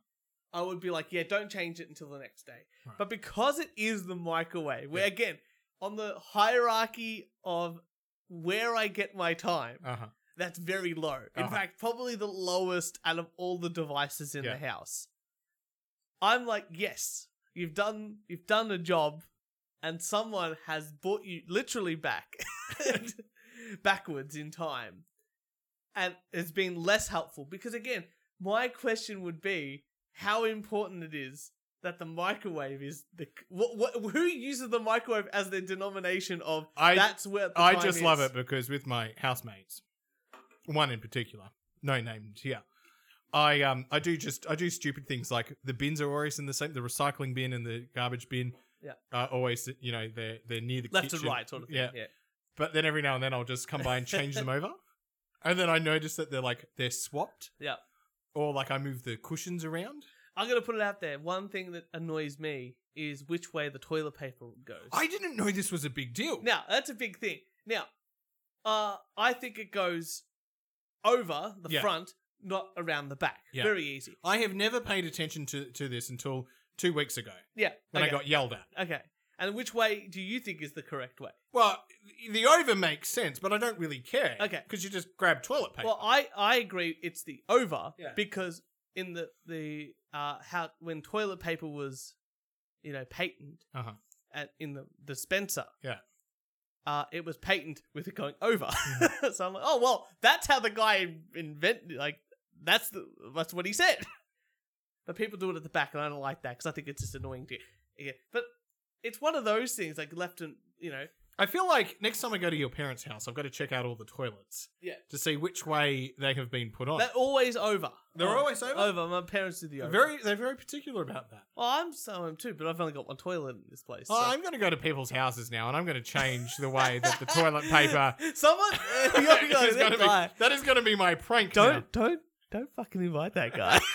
Speaker 1: I would be like, yeah, don't change it until the next day.
Speaker 2: Right.
Speaker 1: But because it is the microwave, where
Speaker 2: Yeah.
Speaker 1: again, on the hierarchy of where I get my time,
Speaker 2: Uh-huh.
Speaker 1: that's very low. In
Speaker 2: Uh-huh.
Speaker 1: fact, probably the lowest out of all the devices in
Speaker 2: Yeah.
Speaker 1: the house. I'm like, yes, you've done you've done a job and someone has brought you literally back backwards in time. And it's been less helpful because again, my question would be how important it is that the microwave is the what, what who uses the microwave as their denomination of
Speaker 2: I
Speaker 1: that's where the
Speaker 2: I
Speaker 1: time
Speaker 2: just love
Speaker 1: is.
Speaker 2: it because with my housemates, one in particular, no names here, I um I do just I do stupid things like the bins are always in the same the recycling bin and the garbage bin.
Speaker 1: Yeah.
Speaker 2: Uh, always you know they're they're near the
Speaker 1: left and
Speaker 2: kitchen.
Speaker 1: right sort of thing.
Speaker 2: Yeah.
Speaker 1: yeah.
Speaker 2: But then every now and then I'll just come by and change them over, and then I notice that they're like they're swapped.
Speaker 1: Yeah.
Speaker 2: Or like I move the cushions around.
Speaker 1: I'm gonna put it out there. One thing that annoys me is which way the toilet paper goes.
Speaker 2: I didn't know this was a big deal.
Speaker 1: now that's a big thing. Now, uh, I think it goes over the
Speaker 2: Yeah.
Speaker 1: front, not around the back.
Speaker 2: Yeah.
Speaker 1: Very easy.
Speaker 2: I have never paid attention to, to this until two weeks ago
Speaker 1: Yeah.
Speaker 2: when
Speaker 1: okay.
Speaker 2: I got yelled at.
Speaker 1: okay. And which way do you think is the correct way?
Speaker 2: Well, the over makes sense, but I don't really care.
Speaker 1: Okay.
Speaker 2: Because you just grab toilet paper.
Speaker 1: Well, I I agree. It's the over
Speaker 2: Yeah.
Speaker 1: because in the the uh how when toilet paper was, you know, patent
Speaker 2: Uh-huh.
Speaker 1: at in the dispenser.
Speaker 2: Yeah.
Speaker 1: Uh, it was patent with it going over.
Speaker 2: Mm-hmm.
Speaker 1: so I'm like, oh well, that's how the guy invented. Like that's the that's what he said. But people do it at the back, and I don't like that because I think it's just annoying to. Yeah. But it's one of those things like left and you know
Speaker 2: I feel like next time I go to your parents' house, I've got to check out all the toilets.
Speaker 1: Yeah.
Speaker 2: To see which way they have been put on.
Speaker 1: They're always over.
Speaker 2: Oh. They're
Speaker 1: Oh,
Speaker 2: always over?
Speaker 1: Over. My parents do the
Speaker 2: They're
Speaker 1: over.
Speaker 2: very, they're very particular about that.
Speaker 1: Well, I'm so am too, but I've only got one toilet in this place.
Speaker 2: Oh,
Speaker 1: so-
Speaker 2: I'm going to go to people's houses now, and I'm going to change the way that the toilet paper.
Speaker 1: Someone, you gotta go
Speaker 2: is
Speaker 1: to that
Speaker 2: gonna be,
Speaker 1: guy.
Speaker 2: that is going to be my prank.
Speaker 1: Don't, don't, don't fucking invite that guy.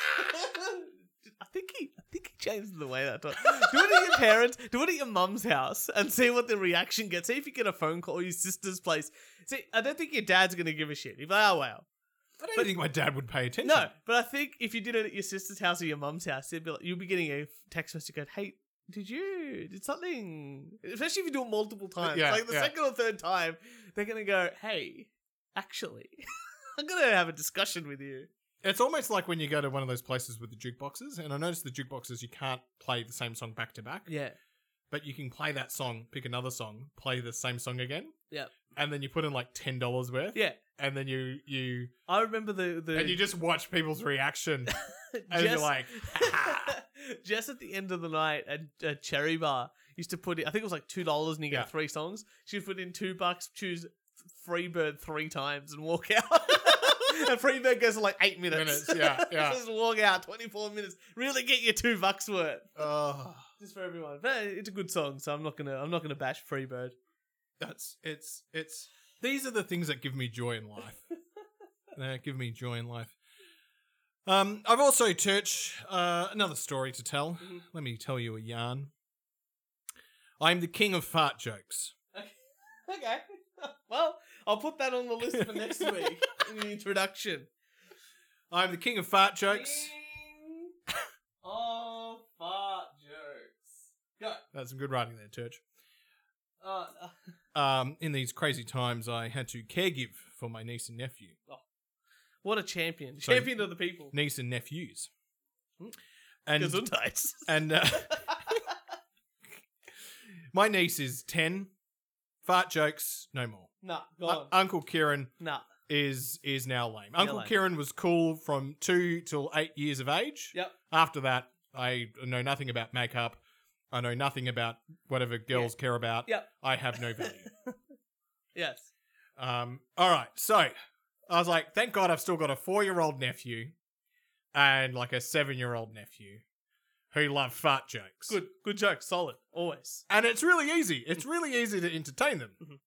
Speaker 1: I think he, I think he changed the way that. Do it at your parents. Do it at your mum's house and see what the reaction gets. See if you get a phone call. Your sister's place. See, I don't think your dad's gonna give a shit. He's like, oh wow.
Speaker 2: now. I don't
Speaker 1: But-
Speaker 2: think my dad would pay attention.
Speaker 1: No, but I think if you did it at your sister's house or your mum's house, they'd be like, you'll be getting a text message going, "Hey, did you did something?" Especially if you do it multiple times.
Speaker 2: Yeah,
Speaker 1: like the
Speaker 2: yeah.
Speaker 1: second or third time, they're gonna go, "Hey, actually, I'm gonna have a discussion with you."
Speaker 2: It's almost like when you go to one of those places with the jukeboxes, and I noticed the jukeboxes you can't play the same song back to back,
Speaker 1: Yeah,
Speaker 2: but you can play that song, pick another song, play the same song again.
Speaker 1: Yep.
Speaker 2: And then you put in like ten dollars worth.
Speaker 1: yeah.
Speaker 2: And then you you
Speaker 1: I remember the the
Speaker 2: and you just watch people's reaction, and you're
Speaker 1: Jess-
Speaker 2: like,
Speaker 1: Jess at the end of the night at a cherry bar used to put in, I think it was like two dollars and you get
Speaker 2: Yeah.
Speaker 1: three songs. She would put in two bucks, choose Freebird three times and walk out. and Freebird goes for like eight minutes.
Speaker 2: Minutes, yeah, yeah.
Speaker 1: Just walk out, twenty four minutes. Really get your two bucks worth.
Speaker 2: oh,
Speaker 1: Just for everyone. But it's a good song, so I'm not gonna I'm not gonna bash Freebird.
Speaker 2: that's it's it's these are the things that give me joy in life. that give me joy in life. Um, I've also church uh, another story to tell.
Speaker 1: Mhm.
Speaker 2: Let me tell you a yarn. I'm the king of fart jokes.
Speaker 1: Okay. well, I'll put that on the list for next week in the introduction.
Speaker 2: I'm the king of fart jokes.
Speaker 1: King of fart jokes. Go.
Speaker 2: That's some good writing there, church.
Speaker 1: Uh, uh,
Speaker 2: Um, in these crazy times, I had to caregive for my niece and nephew.
Speaker 1: what a champion.
Speaker 2: So-
Speaker 1: Champion of the people.
Speaker 2: niece and nephews. And
Speaker 1: Gesundheit.
Speaker 2: and uh, my niece is ten. Fart jokes, no more.
Speaker 1: nah,
Speaker 2: Un-
Speaker 1: gone.
Speaker 2: Uncle Kieran
Speaker 1: nah.
Speaker 2: is is now lame.
Speaker 1: Now
Speaker 2: Uncle
Speaker 1: lame.
Speaker 2: Kieran was cool from two till eight years of age.
Speaker 1: Yep.
Speaker 2: After that, I know nothing about makeup. I know nothing about whatever girls care about.
Speaker 1: Yep.
Speaker 2: I have no value.
Speaker 1: Yes.
Speaker 2: Um, all right, so I was like, thank God I've still got a four-year-old nephew and like a seven-year-old nephew who love fart jokes.
Speaker 1: Good. Mm-hmm. Good joke. Solid. Always.
Speaker 2: and it's really easy. It's really easy to entertain them
Speaker 1: Mhm.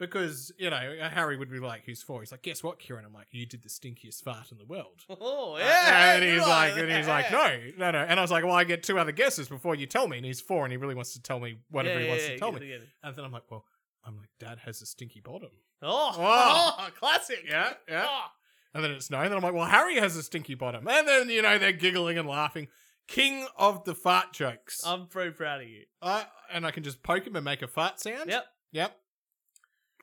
Speaker 2: because you know uh, Harry would be like, "Who's four? He's like, "Guess what, Kieran?" I'm like, "You did the stinkiest fart in the world."
Speaker 1: Oh,
Speaker 2: Uh,
Speaker 1: yeah.
Speaker 2: and
Speaker 1: good
Speaker 2: he's
Speaker 1: one.
Speaker 2: like, and he's like,
Speaker 1: Yeah.
Speaker 2: no, no, no. And I was like, well, I get two other guesses before you tell me. And he's four, and he really wants to tell me whatever
Speaker 1: Yeah,
Speaker 2: he wants
Speaker 1: yeah,
Speaker 2: to
Speaker 1: yeah,
Speaker 2: tell
Speaker 1: get
Speaker 2: me.
Speaker 1: it, get it.
Speaker 2: And then I'm like, well, I'm like, Dad has a stinky bottom.
Speaker 1: Oh,
Speaker 2: Oh.
Speaker 1: oh, classic.
Speaker 2: Yeah, yeah.
Speaker 1: Oh.
Speaker 2: And then it's no. Then I'm like, well, Harry has a stinky bottom. And then, you know, they're giggling and laughing. King of the fart jokes.
Speaker 1: I'm very proud of you.
Speaker 2: I, and I can just poke him and make a fart sound.
Speaker 1: Yep.
Speaker 2: Yep.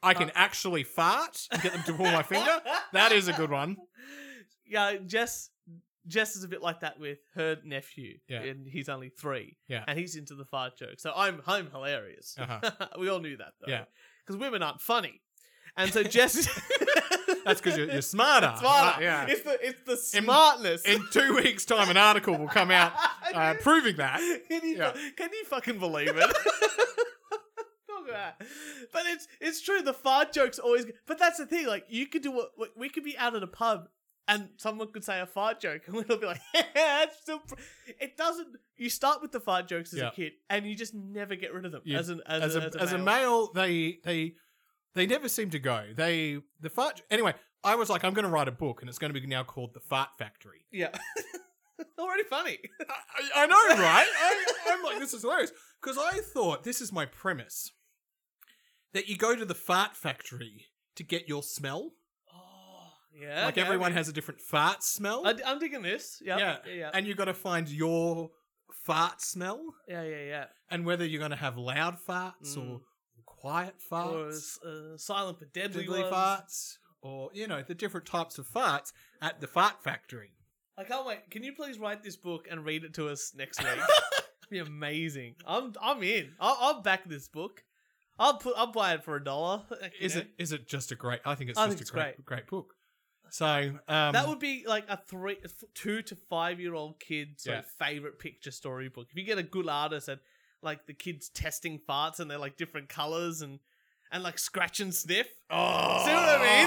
Speaker 2: I can actually fart and get them to pull my finger. That is a good one.
Speaker 1: Yeah, Jess. Jess is a bit like that with her nephew,
Speaker 2: Yeah.
Speaker 1: and he's only three,
Speaker 2: Yeah.
Speaker 1: and he's into the fart joke. So I'm I'm hilarious.
Speaker 2: Uh-huh.
Speaker 1: we all knew that though,
Speaker 2: Yeah.
Speaker 1: because women aren't funny, and so Jess.
Speaker 2: That's because you're, you're smarter.
Speaker 1: smarter.
Speaker 2: Uh, yeah.
Speaker 1: It's the it's the
Speaker 2: In-
Speaker 1: smartness.
Speaker 2: In two weeks' time, an article will come out uh, proving that.
Speaker 1: can you
Speaker 2: Yeah.
Speaker 1: can you fucking believe it? Talk about- But it's it's true. The fart jokes always. But that's the thing. Like you could do what we- we could be out at a pub and someone could say a fart joke and we'll be like, yeah, that's still. Pr-. It doesn't. You start with the fart jokes as
Speaker 2: Yeah.
Speaker 1: a kid and you just never get rid of them.
Speaker 2: You-
Speaker 1: as an
Speaker 2: As
Speaker 1: as, a,
Speaker 2: a, as a male, they they they never seem to go. They the fart. Anyway, I was like, I'm going to write a book, and it's going to be now called the Fart Factory.
Speaker 1: Yeah. Already funny.
Speaker 2: I, I know, right? I, I'm like, this is hilarious. Because I thought this is my premise that you go to the fart factory to get your smell.
Speaker 1: Oh yeah.
Speaker 2: like
Speaker 1: okay.
Speaker 2: everyone has a different fart smell.
Speaker 1: I, I'm digging this. Yep.
Speaker 2: Yeah.
Speaker 1: Yeah. Yeah.
Speaker 2: and you got to find your fart smell
Speaker 1: Yeah. Yeah. yeah.
Speaker 2: and whether you're going to have loud farts or
Speaker 1: Mm.
Speaker 2: quiet
Speaker 1: Or
Speaker 2: farts,
Speaker 1: uh, silent but deadly,
Speaker 2: diddly
Speaker 1: ones.
Speaker 2: farts, or, you know, the different types of farts at the fart factory.
Speaker 1: I can't wait. Can you please write this book and read it to us next week? be amazing. I'm I'm in. I'll, I'll back this book. I'll put I'll buy it for a dollar. you
Speaker 2: Is
Speaker 1: know.
Speaker 2: it is it just a great? I think it's
Speaker 1: I
Speaker 2: just
Speaker 1: think it's
Speaker 2: a great, great book. So um,
Speaker 1: that would be like a three, f- two to five year old kid's like, favorite picture storybook. If you get a good artist and like the kids testing farts and they're like different colors and and like scratch and sniff.
Speaker 2: Oh.
Speaker 1: See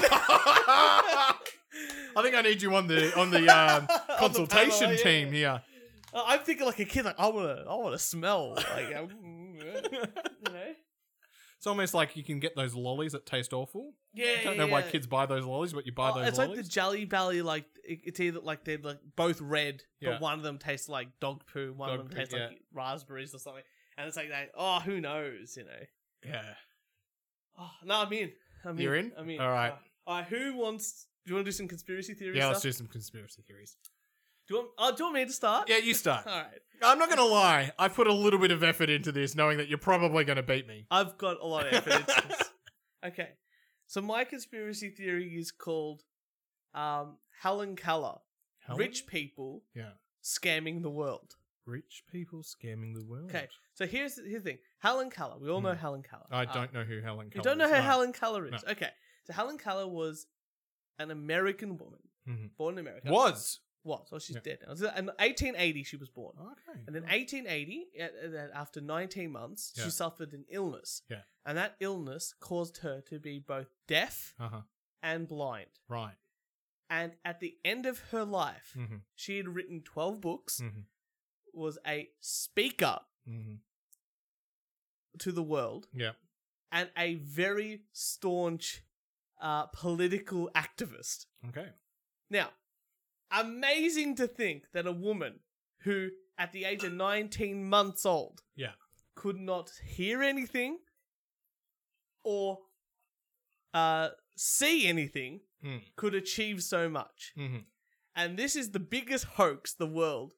Speaker 1: what I
Speaker 2: mean? I think I need you on the on the um, consultation
Speaker 1: panel, yeah.
Speaker 2: team here.
Speaker 1: Uh, I'm thinking like a kid, like I wanna, I wanna smell, like um, you know.
Speaker 2: It's almost like you can get those lollies that taste awful.
Speaker 1: Yeah,
Speaker 2: I don't know why kids buy those lollies, but you buy those
Speaker 1: Oh, it's
Speaker 2: lollies.
Speaker 1: like the Jelly Belly, like it- it's either like they're like both red,
Speaker 2: Yeah.
Speaker 1: but one of them tastes like dog poo, one
Speaker 2: Dog
Speaker 1: of them
Speaker 2: poo,
Speaker 1: tastes like raspberries or something, and it's like that. Oh, who knows, you know?
Speaker 2: yeah.
Speaker 1: Oh, no, I'm in. I'm
Speaker 2: You're
Speaker 1: in.
Speaker 2: in?
Speaker 1: I'm in.
Speaker 2: All right.
Speaker 1: Uh, uh, who wants? Do you want to do some conspiracy theory
Speaker 2: Yeah, let's
Speaker 1: stuff?
Speaker 2: do some conspiracy theories.
Speaker 1: do you want? Oh, do you want me to start?
Speaker 2: Yeah, you start.
Speaker 1: All right.
Speaker 2: I'm not gonna lie. I put a little bit of effort into this, knowing that you're probably gonna beat me.
Speaker 1: I've got a lot of effort into this. Okay. So my conspiracy theory is called um, Helen Keller. Rich people
Speaker 2: Yeah.
Speaker 1: scamming the world.
Speaker 2: rich people scamming the world.
Speaker 1: Okay. So here's, here's the thing. Helen Keller. We all know
Speaker 2: Hmm.
Speaker 1: Helen Keller.
Speaker 2: I
Speaker 1: Uh,
Speaker 2: don't know who Helen.
Speaker 1: You
Speaker 2: Keller
Speaker 1: don't know
Speaker 2: is,
Speaker 1: who
Speaker 2: no.
Speaker 1: Helen Keller is.
Speaker 2: No.
Speaker 1: Okay. So Helen Keller was an American woman
Speaker 2: Mhm.
Speaker 1: born in America.
Speaker 2: was.
Speaker 1: Was. Well, she's
Speaker 2: Yeah.
Speaker 1: dead now. So in 1880, she was born.
Speaker 2: Okay.
Speaker 1: And then 1880, uh, uh, then after 19 months,
Speaker 2: Yeah.
Speaker 1: she suffered an illness.
Speaker 2: Yeah.
Speaker 1: And that illness caused her to be both deaf
Speaker 2: Uh huh.
Speaker 1: and blind.
Speaker 2: Right.
Speaker 1: And at the end of her life,
Speaker 2: Mm-hmm.
Speaker 1: she had written 12 books,
Speaker 2: Mm-hmm.
Speaker 1: was a speaker
Speaker 2: Mm-hmm.
Speaker 1: to the world,
Speaker 2: Yeah.
Speaker 1: and a very staunch uh, political activist.
Speaker 2: Okay.
Speaker 1: Now, amazing to think that a woman who, at the age of 19 months old,
Speaker 2: Yeah.
Speaker 1: could not hear anything or uh, see anything
Speaker 2: Mm.
Speaker 1: could achieve so much.
Speaker 2: Mm-hmm.
Speaker 1: And this is the biggest hoax the world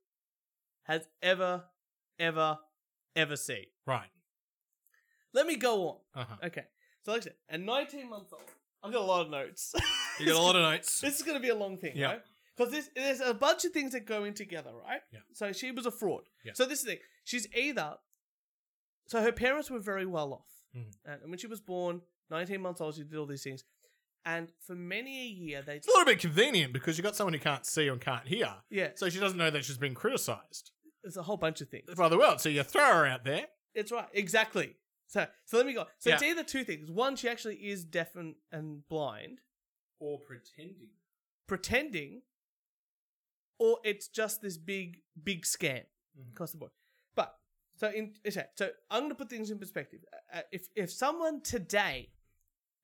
Speaker 1: has ever, ever, ever seen.
Speaker 2: Right.
Speaker 1: Let me go on.
Speaker 2: Uh huh.
Speaker 1: Okay. So, like I said, at 19 months old, I've got a lot of notes.
Speaker 2: You got a lot of notes.
Speaker 1: This is going to be a long thing,
Speaker 2: Yeah.
Speaker 1: right? Because this, there's a bunch of things that go in together, right?
Speaker 2: Yeah.
Speaker 1: So she was a fraud.
Speaker 2: Yeah.
Speaker 1: So this is the thing. She's either. So her parents were very well off.
Speaker 2: Mhm.
Speaker 1: And- And when she was born, 19 months old, she did all these things. And for many a year, they.
Speaker 2: It's a little bit convenient because you got someone who can't see or can't hear,
Speaker 1: Yeah,
Speaker 2: so she doesn't know that she's been criticised
Speaker 1: there's a whole bunch of things.
Speaker 2: by the world. So you throw her out there.
Speaker 1: It's right. Exactly. So, so let me go. So it's either two things. One, she actually is deaf and, and blind,
Speaker 2: Or pretending.
Speaker 1: pretending, or it's just this big, big scam. across the board. But so in okay, so I'm going to put things in perspective. Uh, if if someone today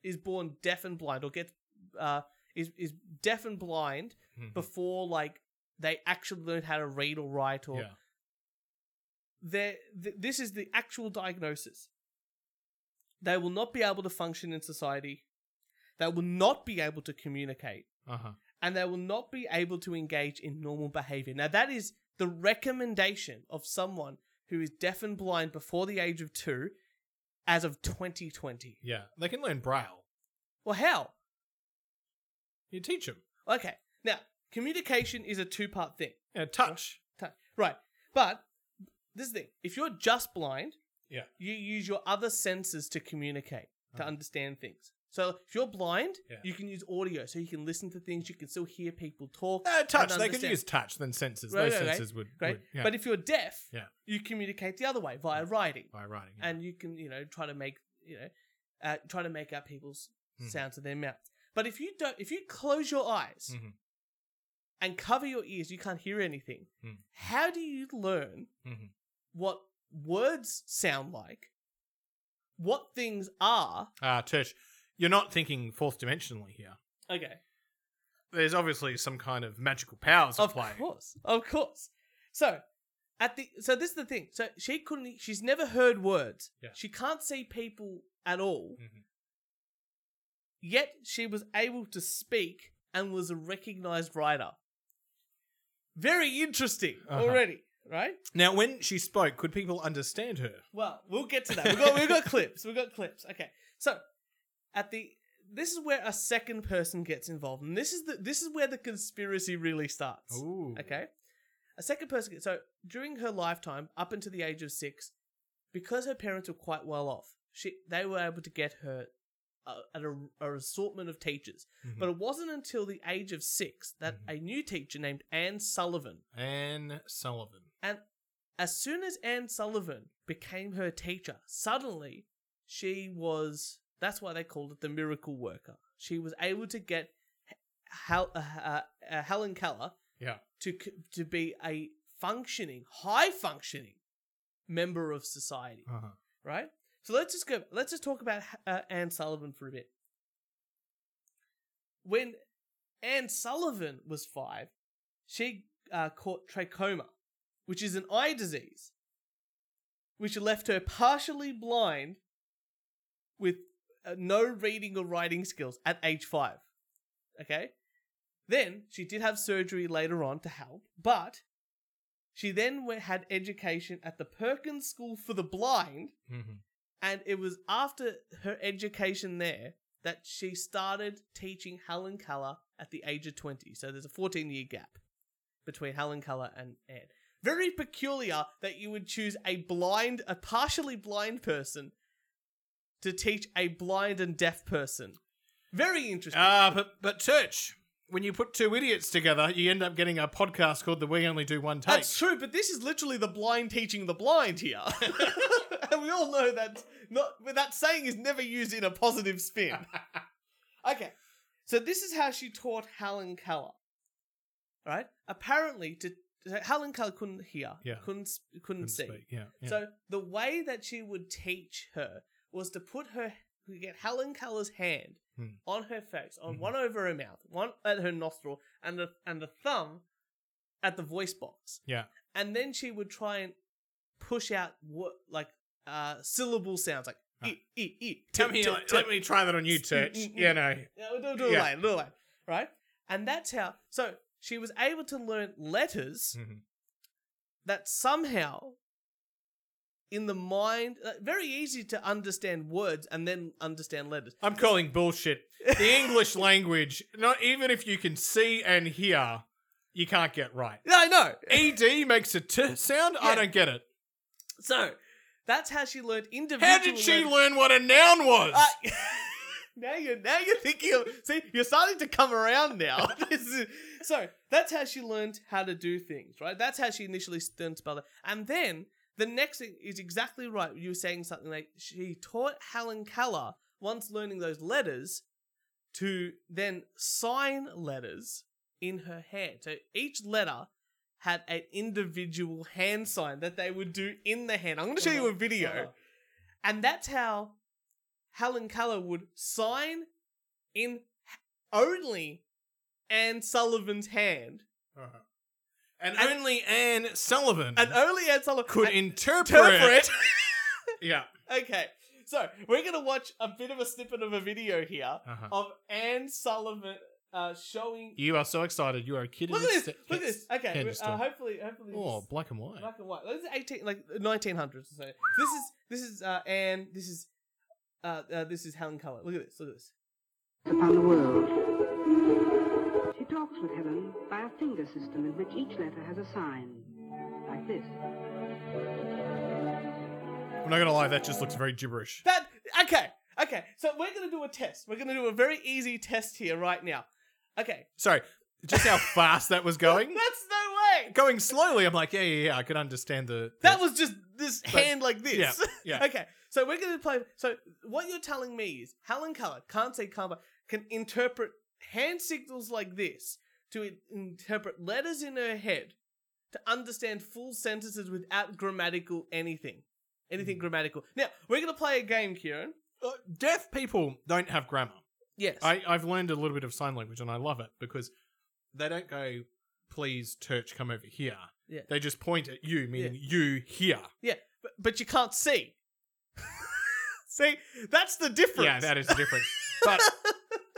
Speaker 1: is born deaf and blind or gets uh, is is deaf and blind
Speaker 2: Mm-hmm.
Speaker 1: before like they actually learn how to read or write or
Speaker 2: Yeah.
Speaker 1: they're th- this is the actual diagnosis. They will not be able to function in society. They will not be able to communicate
Speaker 2: Uh huh.
Speaker 1: and they will not be able to engage in normal behavior. Now, that is the recommendation of someone who is deaf and blind before the age of two as of 2020.
Speaker 2: Yeah. They can learn braille.
Speaker 1: Well, how?
Speaker 2: You teach them.
Speaker 1: Okay. Now, communication is a two part thing.
Speaker 2: Yeah. Touch.
Speaker 1: T- Right. But this is the thing if you're just blind,
Speaker 2: Yeah.
Speaker 1: you use your other senses to communicate, to
Speaker 2: Uh-huh.
Speaker 1: understand things. So if you're blind,
Speaker 2: Yeah.
Speaker 1: you can use audio, so you can listen to things, you can still hear people talk.
Speaker 2: Uh, touch.
Speaker 1: and
Speaker 2: They could
Speaker 1: understand.
Speaker 2: use touch than senses.
Speaker 1: Right,
Speaker 2: Those
Speaker 1: right, right.
Speaker 2: senses would.
Speaker 1: Great.
Speaker 2: would- yeah.
Speaker 1: But if you're deaf,
Speaker 2: Yeah.
Speaker 1: you communicate the other way via writing,
Speaker 2: by writing. yeah.
Speaker 1: and you can you know try to make you know uh, try to make out people's
Speaker 2: Mhm.
Speaker 1: sounds of their mouth. But if you don't, if you close your eyes
Speaker 2: Mhm.
Speaker 1: and cover your ears, you can't hear anything.
Speaker 2: Mhm.
Speaker 1: How do you learn
Speaker 2: Mhm.
Speaker 1: what words sound like? What things are?
Speaker 2: Ah, Tish, you're not thinking fourth dimensionally here.
Speaker 1: Okay,
Speaker 2: There's obviously some kind of magical powers at
Speaker 1: of
Speaker 2: play.
Speaker 1: course, of course. So. At the so this is the thing. So she couldn't. e, She's never heard words.
Speaker 2: Yeah.
Speaker 1: She can't see people at all.
Speaker 2: Mhm.
Speaker 1: Yet she was able to speak and was a recognized writer. Very interesting
Speaker 2: Uh-huh.
Speaker 1: already, right?
Speaker 2: Now, when she spoke, could people understand her?
Speaker 1: Well, we'll get to that. We've got, we've got clips. We've got clips. Okay. So, at the this is where a second person gets involved, and this is the this is where the conspiracy really starts.
Speaker 2: Ooh.
Speaker 1: Okay. A second person. So during her lifetime, up until the age of six, because her parents were quite well off, she they were able to get her uh, at a, a assortment of teachers.
Speaker 2: Mhm.
Speaker 1: But it wasn't until the age of six that
Speaker 2: Mhm.
Speaker 1: a new teacher named Anne Sullivan,
Speaker 2: Anne Sullivan.
Speaker 1: and as soon as Anne Sullivan became her teacher, suddenly she was That's why they called it the miracle worker. She was able to get Hel- uh, uh, uh, Helen Keller
Speaker 2: Yeah.
Speaker 1: to c- to be a functioning, high functioning member of society,
Speaker 2: Uh-huh.
Speaker 1: right? So let's just go. Let's just talk about uh, Anne Sullivan for a bit. When Anne Sullivan was five, she uh, caught trachoma, which is an eye disease, which left her partially blind with uh, no reading or writing skills at age five. Okay? Then she did have surgery later on to help, but she then went, had education at the Perkins School for the Blind,
Speaker 2: hmm
Speaker 1: and it was after her education there that she started teaching Helen Keller at the age of 20. So there's a 14 year gap between Helen Keller and Anne. Very peculiar that you would choose a blind, a partially blind person to teach a blind and deaf person. Very interesting.
Speaker 2: Ah, but but Church, when you put two idiots together, you end up getting a podcast called the We Only Do One Take.
Speaker 1: That's true, but this is literally the blind teaching the blind here. and we all know that not but that saying is never used in a positive spin. okay. So this is how she taught Helen Keller. Right? Apparently to so Helen Keller couldn't hear,
Speaker 2: Yeah.
Speaker 1: couldn't s- couldn't
Speaker 2: Couldn't
Speaker 1: see.
Speaker 2: speak, Yeah. yeah.
Speaker 1: So the way that she would teach her was to put her to get Helen Keller's hand
Speaker 2: Hmm.
Speaker 1: on her face, on
Speaker 2: Mhm.
Speaker 1: one over her mouth, one at her nostril, and the and the thumb at the voice box.
Speaker 2: Yeah.
Speaker 1: And then she would try and push out what like uh syllable sounds like
Speaker 2: Ah.
Speaker 1: e e e.
Speaker 2: Tell
Speaker 1: tip,
Speaker 2: me,
Speaker 1: tip,
Speaker 2: let,
Speaker 1: tip.
Speaker 2: let me try that on you,
Speaker 1: Mm,
Speaker 2: Church.
Speaker 1: mm, mm.
Speaker 2: You know.
Speaker 1: Yeah, we'll do, do it
Speaker 2: Yeah.
Speaker 1: later, do it later, right? And that's how. So she was able to learn letters
Speaker 2: Mhm.
Speaker 1: that somehow, in the mind, uh, very easy to understand words and then understand letters.
Speaker 2: I'm calling bullshit. The English language, not even if you can see and hear, you can't get right.
Speaker 1: Yeah, I know.
Speaker 2: ED makes a t sound. I
Speaker 1: Yeah.
Speaker 2: don't get it.
Speaker 1: So that's how she learned individual.
Speaker 2: How did she
Speaker 1: letters.
Speaker 2: learn what a noun was?
Speaker 1: Uh, now you're now you're thinking of see you're starting to come around now. This is- so that's how she learned how to do things, right? That's how she initially learned to spell it. And then the next thing is exactly right. You were saying something like she taught Helen Keller once learning those letters to then sign letters in her hand. So each letter had an individual hand sign that they would do in the hand. I'm going to show you a video. And that's how Helen Keller would sign in only Anne Sullivan's hand.
Speaker 2: Uh-huh. And,
Speaker 1: And-
Speaker 2: only Anne Sullivan
Speaker 1: And only Anne Sullivan
Speaker 2: Mm-hmm. could
Speaker 1: and
Speaker 2: interpret.
Speaker 1: interpret.
Speaker 2: Yeah.
Speaker 1: okay, so we're going to watch a bit of a snippet of a video here
Speaker 2: Uh-huh.
Speaker 1: of Anne Sullivan uh, showing.
Speaker 2: You are so excited. You are a kid.
Speaker 1: Look
Speaker 2: in
Speaker 1: at
Speaker 2: a
Speaker 1: this!
Speaker 2: st-
Speaker 1: Look at this! Okay,
Speaker 2: hand
Speaker 1: we- uh,
Speaker 2: store.
Speaker 1: hopefully, hopefully.
Speaker 2: Oh,
Speaker 1: this-
Speaker 2: black and white.
Speaker 1: black and white. This is eighteen, like nineteen hundreds or so. This is this is uh, Anne. This is uh, uh, this is Helen Keller. Look at this. Look at this.
Speaker 3: upon the world. She talks with Helen by a finger system in which each letter has a sign, like this.
Speaker 2: I'm not gonna lie, that just looks very gibberish.
Speaker 1: That okay, okay. So we're gonna do a test. We're gonna do a very easy test here right now. Okay,
Speaker 2: Sorry, just how fast that was going.
Speaker 1: that's no way.
Speaker 2: Going slowly. I'm like, yeah, yeah, yeah. I could understand the.
Speaker 1: That was just this hand like this.
Speaker 2: Yeah, yeah.
Speaker 1: okay, so we're gonna play. So what you're telling me is Helen Keller can't say comma can interpret hand signals like this to in- interpret letters in her head to understand full sentences without grammatical anything, anything
Speaker 2: Hmm.
Speaker 1: grammatical. Now we're gonna play a game, Kieran.
Speaker 2: Uh, deaf people don't have grammar.
Speaker 1: Yes.
Speaker 2: I, I've learned a little bit of sign language, and I love it because they don't go, "Please, church, come over here."
Speaker 1: Yeah.
Speaker 2: They just point at you, meaning you here.
Speaker 1: Yeah, but, but you can't see. see, that's the difference.
Speaker 2: Yeah, that is different. but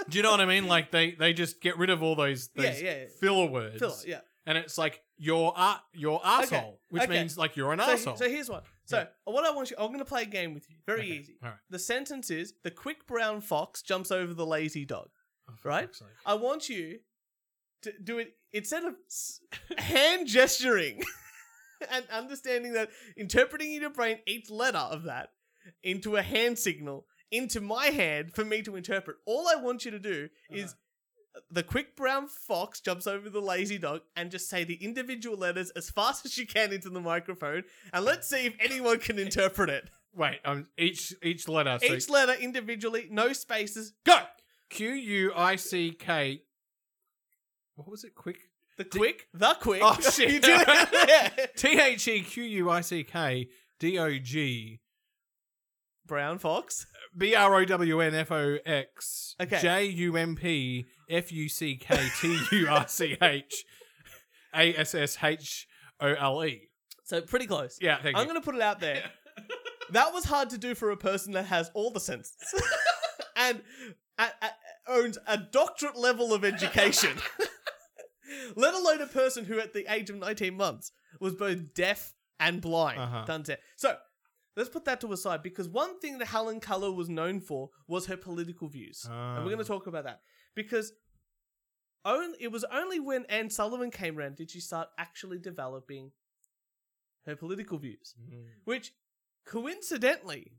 Speaker 2: do you know what I mean? Like they they just get rid of all those
Speaker 1: Yeah,
Speaker 2: those
Speaker 1: yeah, yeah.
Speaker 2: filler words.
Speaker 1: Filler, yeah.
Speaker 2: and it's like you're a you're arsehole, which
Speaker 1: okay.
Speaker 2: means like you're an
Speaker 1: So,
Speaker 2: asshole.
Speaker 1: so here's one. So what I want you, I'm going to play a game with you. Very easy.
Speaker 2: All right.
Speaker 1: The sentence is the quick brown fox jumps over the lazy dog.
Speaker 2: Oh, for
Speaker 1: Right?
Speaker 2: fuck's sake.
Speaker 1: I want you to do it instead of s- hand gesturing and understanding that interpreting in your brain each letter of that into a hand signal into my hand for me to interpret. All I want you to do is the quick brown fox jumps over the lazy dog and just say the individual letters as fast as you can into the microphone and let's see if anyone can interpret it.
Speaker 2: Wait, um, each each letter. So
Speaker 1: Each letter individually, no spaces. Go.
Speaker 2: Q U I C K. What was it? Quick.
Speaker 1: The quick, the quick.
Speaker 2: Oh, shit.
Speaker 1: you do it. Yeah.
Speaker 2: T H E Q U I C K D O G
Speaker 1: Brown fox.
Speaker 2: B R O W N F O X
Speaker 1: Okay.
Speaker 2: J U M P F U C K T U R C H A S S H O L E.
Speaker 1: So pretty close.
Speaker 2: Yeah, thank
Speaker 1: I'm
Speaker 2: you.
Speaker 1: going to put it out there. that was hard to do for a person that has all the senses and a a- owns a doctorate level of education, let alone a person who, at the age of 19 months, was both deaf and blind.
Speaker 2: Uh-huh.
Speaker 1: Done to- So let's put that to a side because one thing that Helen Keller was known for was her political views, and
Speaker 2: Ah.
Speaker 1: we're going to talk about that because. On, it was only when Anne Sullivan came round did she start actually developing her political views
Speaker 2: Mm-hmm.
Speaker 1: which coincidentally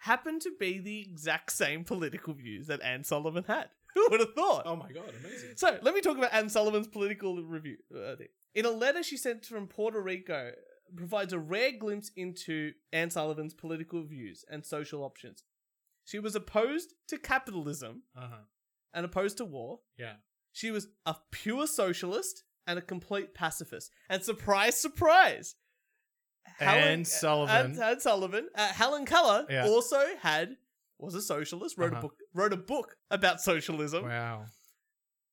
Speaker 1: happened to be the exact same political views that Anne Sullivan had. Who would have thought?
Speaker 2: Oh my god, amazing.
Speaker 1: So let me talk about Anne Sullivan's political review. uh, thing. In a letter she sent from Puerto Rico, provides a rare glimpse into Anne Sullivan's political views and social options. She was opposed to capitalism
Speaker 2: Uh-huh.
Speaker 1: and opposed to war.
Speaker 2: Yeah.
Speaker 1: She was a pure socialist and a complete pacifist. And surprise, surprise, uh,
Speaker 2: Anne Sullivan.
Speaker 1: Anne, Anne Sullivan. Uh, Helen Keller
Speaker 2: Yeah.
Speaker 1: also had was a socialist. Wrote
Speaker 2: Uh-huh.
Speaker 1: a book. Wrote a book about socialism
Speaker 2: Wow.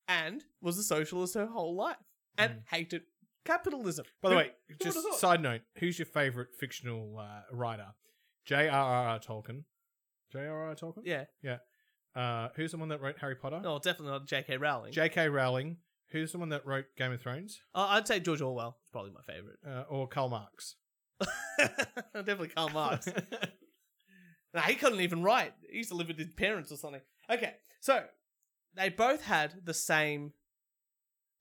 Speaker 1: and was a socialist her whole life and
Speaker 2: Mm.
Speaker 1: hated capitalism.
Speaker 2: By the
Speaker 1: Who-
Speaker 2: way,
Speaker 1: who
Speaker 2: just
Speaker 1: would've thought?
Speaker 2: side note: Who's your favorite fictional uh, writer? J.R.R.R. Tolkien. J.R.R. Tolkien.
Speaker 1: yeah,
Speaker 2: Uh, who's the one that wrote Harry Potter?
Speaker 1: no, definitely not J.K. Rowling.
Speaker 2: J.K. Rowling. Who's the one that wrote Game of Thrones?
Speaker 1: Uh, I'd say George Orwell, probably my favorite.
Speaker 2: Uh, or Karl Marx?
Speaker 1: definitely Karl Marx. Nah, he couldn't even write. He used to live with his parents or something. Okay, so they both had the same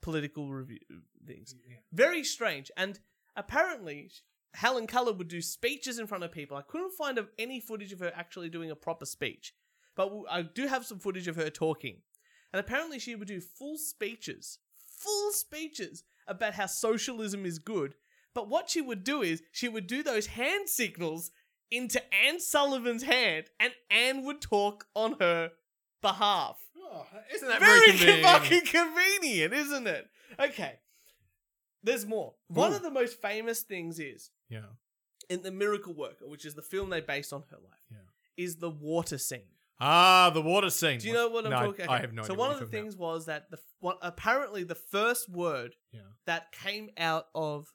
Speaker 1: political review uh, things. Very strange. And apparently, Helen Keller would do speeches in front of people. I couldn't find of any footage of her actually doing a proper speech, but w- I do have some footage of her talking. And apparently, she would do full speeches, full speeches about how socialism is good. But what she would do is she would do those hand signals into Anne Sullivan's hand, and Anne would talk on her behalf.
Speaker 2: Oh, isn't that
Speaker 1: Very con- fucking convenient, isn't it? Okay. There's more. One
Speaker 2: Ooh.
Speaker 1: of the most famous things is
Speaker 2: Yeah.
Speaker 1: in The Miracle Worker, which is the film they based on her life,
Speaker 2: Yeah.
Speaker 1: is the water scene.
Speaker 2: Ah, the water scene.
Speaker 1: Do you know what I'm
Speaker 2: No,
Speaker 1: talking about?
Speaker 2: I have no
Speaker 1: So
Speaker 2: idea.
Speaker 1: one
Speaker 2: what
Speaker 1: of the
Speaker 2: you're talking
Speaker 1: things was that the f- what apparently the first word
Speaker 2: Yeah.
Speaker 1: that came out of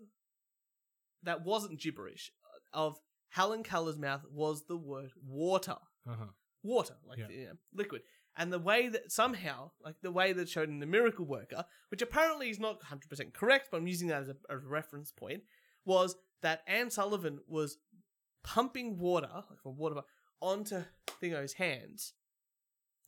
Speaker 1: that wasn't gibberish of Helen Keller's mouth was the word water
Speaker 2: about. Uh-huh.
Speaker 1: water, like
Speaker 2: Yeah.
Speaker 1: the, you know, liquid. And the way that somehow, like the way that's shown in The Miracle Worker, which apparently is not 100% correct, but I'm using that as a, a reference point, was that Anne Sullivan was pumping water, like a water, bu- onto Thingo's hands,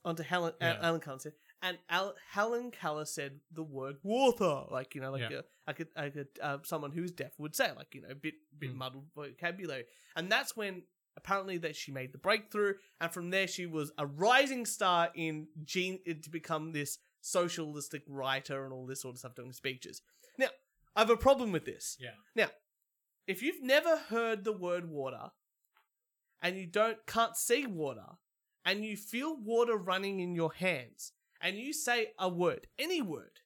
Speaker 1: onto Helen,
Speaker 2: Yeah.
Speaker 1: uh, Helen Keller said, and Al- Helen Keller said the word water, like, you know, like,
Speaker 2: Yeah.
Speaker 1: a, like, a, like a, uh, someone who's deaf would say, like, you know, a bit, bit
Speaker 2: Mm.
Speaker 1: muddled vocabulary. And that's when apparently that she made the breakthrough and from there she was a rising star in gene to become this socialistic writer and all this sort of stuff doing speeches now i have a problem with this
Speaker 2: Yeah.
Speaker 1: if you've never heard the word water and you don't can't see water and you feel water running in your hands and you say a word any word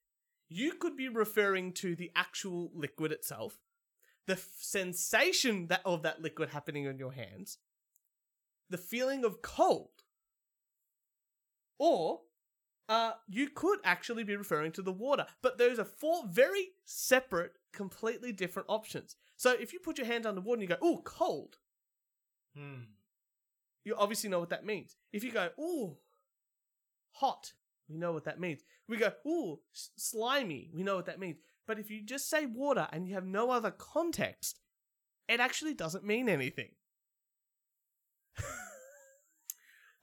Speaker 1: you could be referring to the actual liquid itself the f- sensation that of that liquid happening on your hands the feeling of cold or uh, you could actually be referring to the water, but those are four very separate, completely different options. So if you put your hand underwater and you go, "Ooh, cold,"
Speaker 2: Hmm.
Speaker 1: you obviously know what that means. If you go, "Ooh, hot," we know what that means. We go, "Ooh, s- slimy," we know what that means. But if you just say water and you have no other context, it actually doesn't mean anything.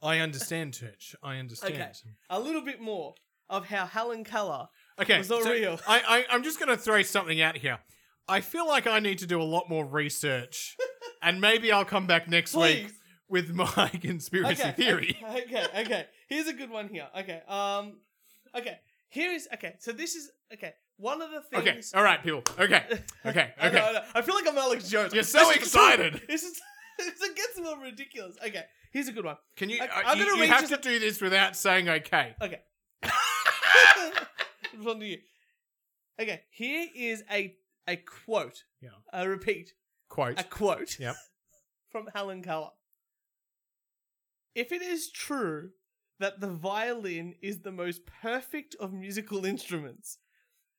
Speaker 2: I understand, Church. I understand.
Speaker 1: Okay, a little bit more of how Helen Keller
Speaker 2: Okay,
Speaker 1: was not
Speaker 2: so
Speaker 1: real.
Speaker 2: I, I, I'm just going to throw something out here. I feel like I need to do a lot more research, and maybe I'll come back next week
Speaker 1: Please.
Speaker 2: with my conspiracy theory.
Speaker 1: Okay, okay, okay. Here's a good one here. Okay. Um Okay, here is okay. So this is okay. One of the
Speaker 2: Okay,
Speaker 1: things.
Speaker 2: all right, people. Okay, okay,
Speaker 1: I, know,
Speaker 2: okay.
Speaker 1: I, know. I feel like I'm Alex Jones.
Speaker 2: You're so
Speaker 1: This is-
Speaker 2: excited.
Speaker 1: This is it gets more ridiculous. Okay, here's a good one.
Speaker 2: Can you?
Speaker 1: I-
Speaker 2: uh,
Speaker 1: I'm
Speaker 2: you
Speaker 1: gonna
Speaker 2: you
Speaker 1: read
Speaker 2: have
Speaker 1: just
Speaker 2: to do this without saying okay.
Speaker 1: It's on to you. Okay, here is a a quote.
Speaker 2: Yeah.
Speaker 1: I repeat,
Speaker 2: Quote.
Speaker 1: a quote.
Speaker 2: Yep.
Speaker 1: From Helen Keller. If it is true that the violin is the most perfect of musical instruments,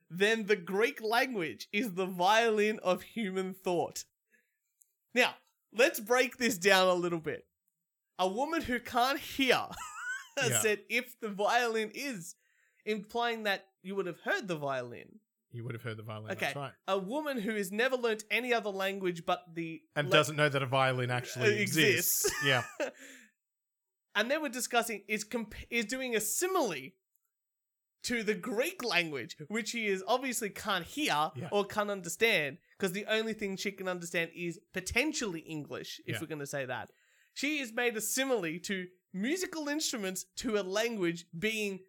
Speaker 1: then the Greek language is the violin of human thought. Now, let's break this down a little bit. A woman who can't hear has
Speaker 2: Yeah.
Speaker 1: said, if the violin is, implying that you would have heard the violin.
Speaker 2: You would have heard the violin.
Speaker 1: Okay.
Speaker 2: That's right.
Speaker 1: A woman who has never learnt any other language but the
Speaker 2: And
Speaker 1: la-
Speaker 2: doesn't know that a violin actually
Speaker 1: Uh,
Speaker 2: exists.
Speaker 1: exists.
Speaker 2: yeah.
Speaker 1: and they were discussing is comp- is doing a simile to the Greek language, which he is obviously can't hear
Speaker 2: Yeah.
Speaker 1: or can't understand, because the only thing she can understand is potentially English, if
Speaker 2: Yeah.
Speaker 1: we're going to say that. She has made a simile to musical instruments to a language being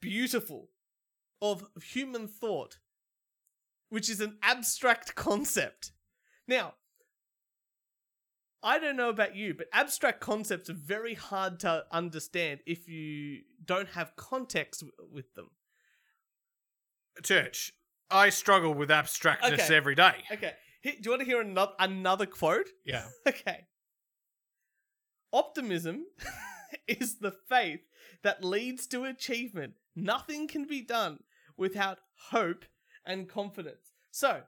Speaker 1: beautiful, of human thought, which is an abstract concept. Now, I don't know about you, but abstract concepts are very hard to understand if you don't have context w- with them.
Speaker 2: Church. I struggle with abstractness
Speaker 1: Okay.
Speaker 2: every day.
Speaker 1: Okay, he- do you want to hear another another quote?
Speaker 2: Yeah.
Speaker 1: Okay. Optimism is the faith that leads to achievement. Nothing can be done without hope and confidence. So,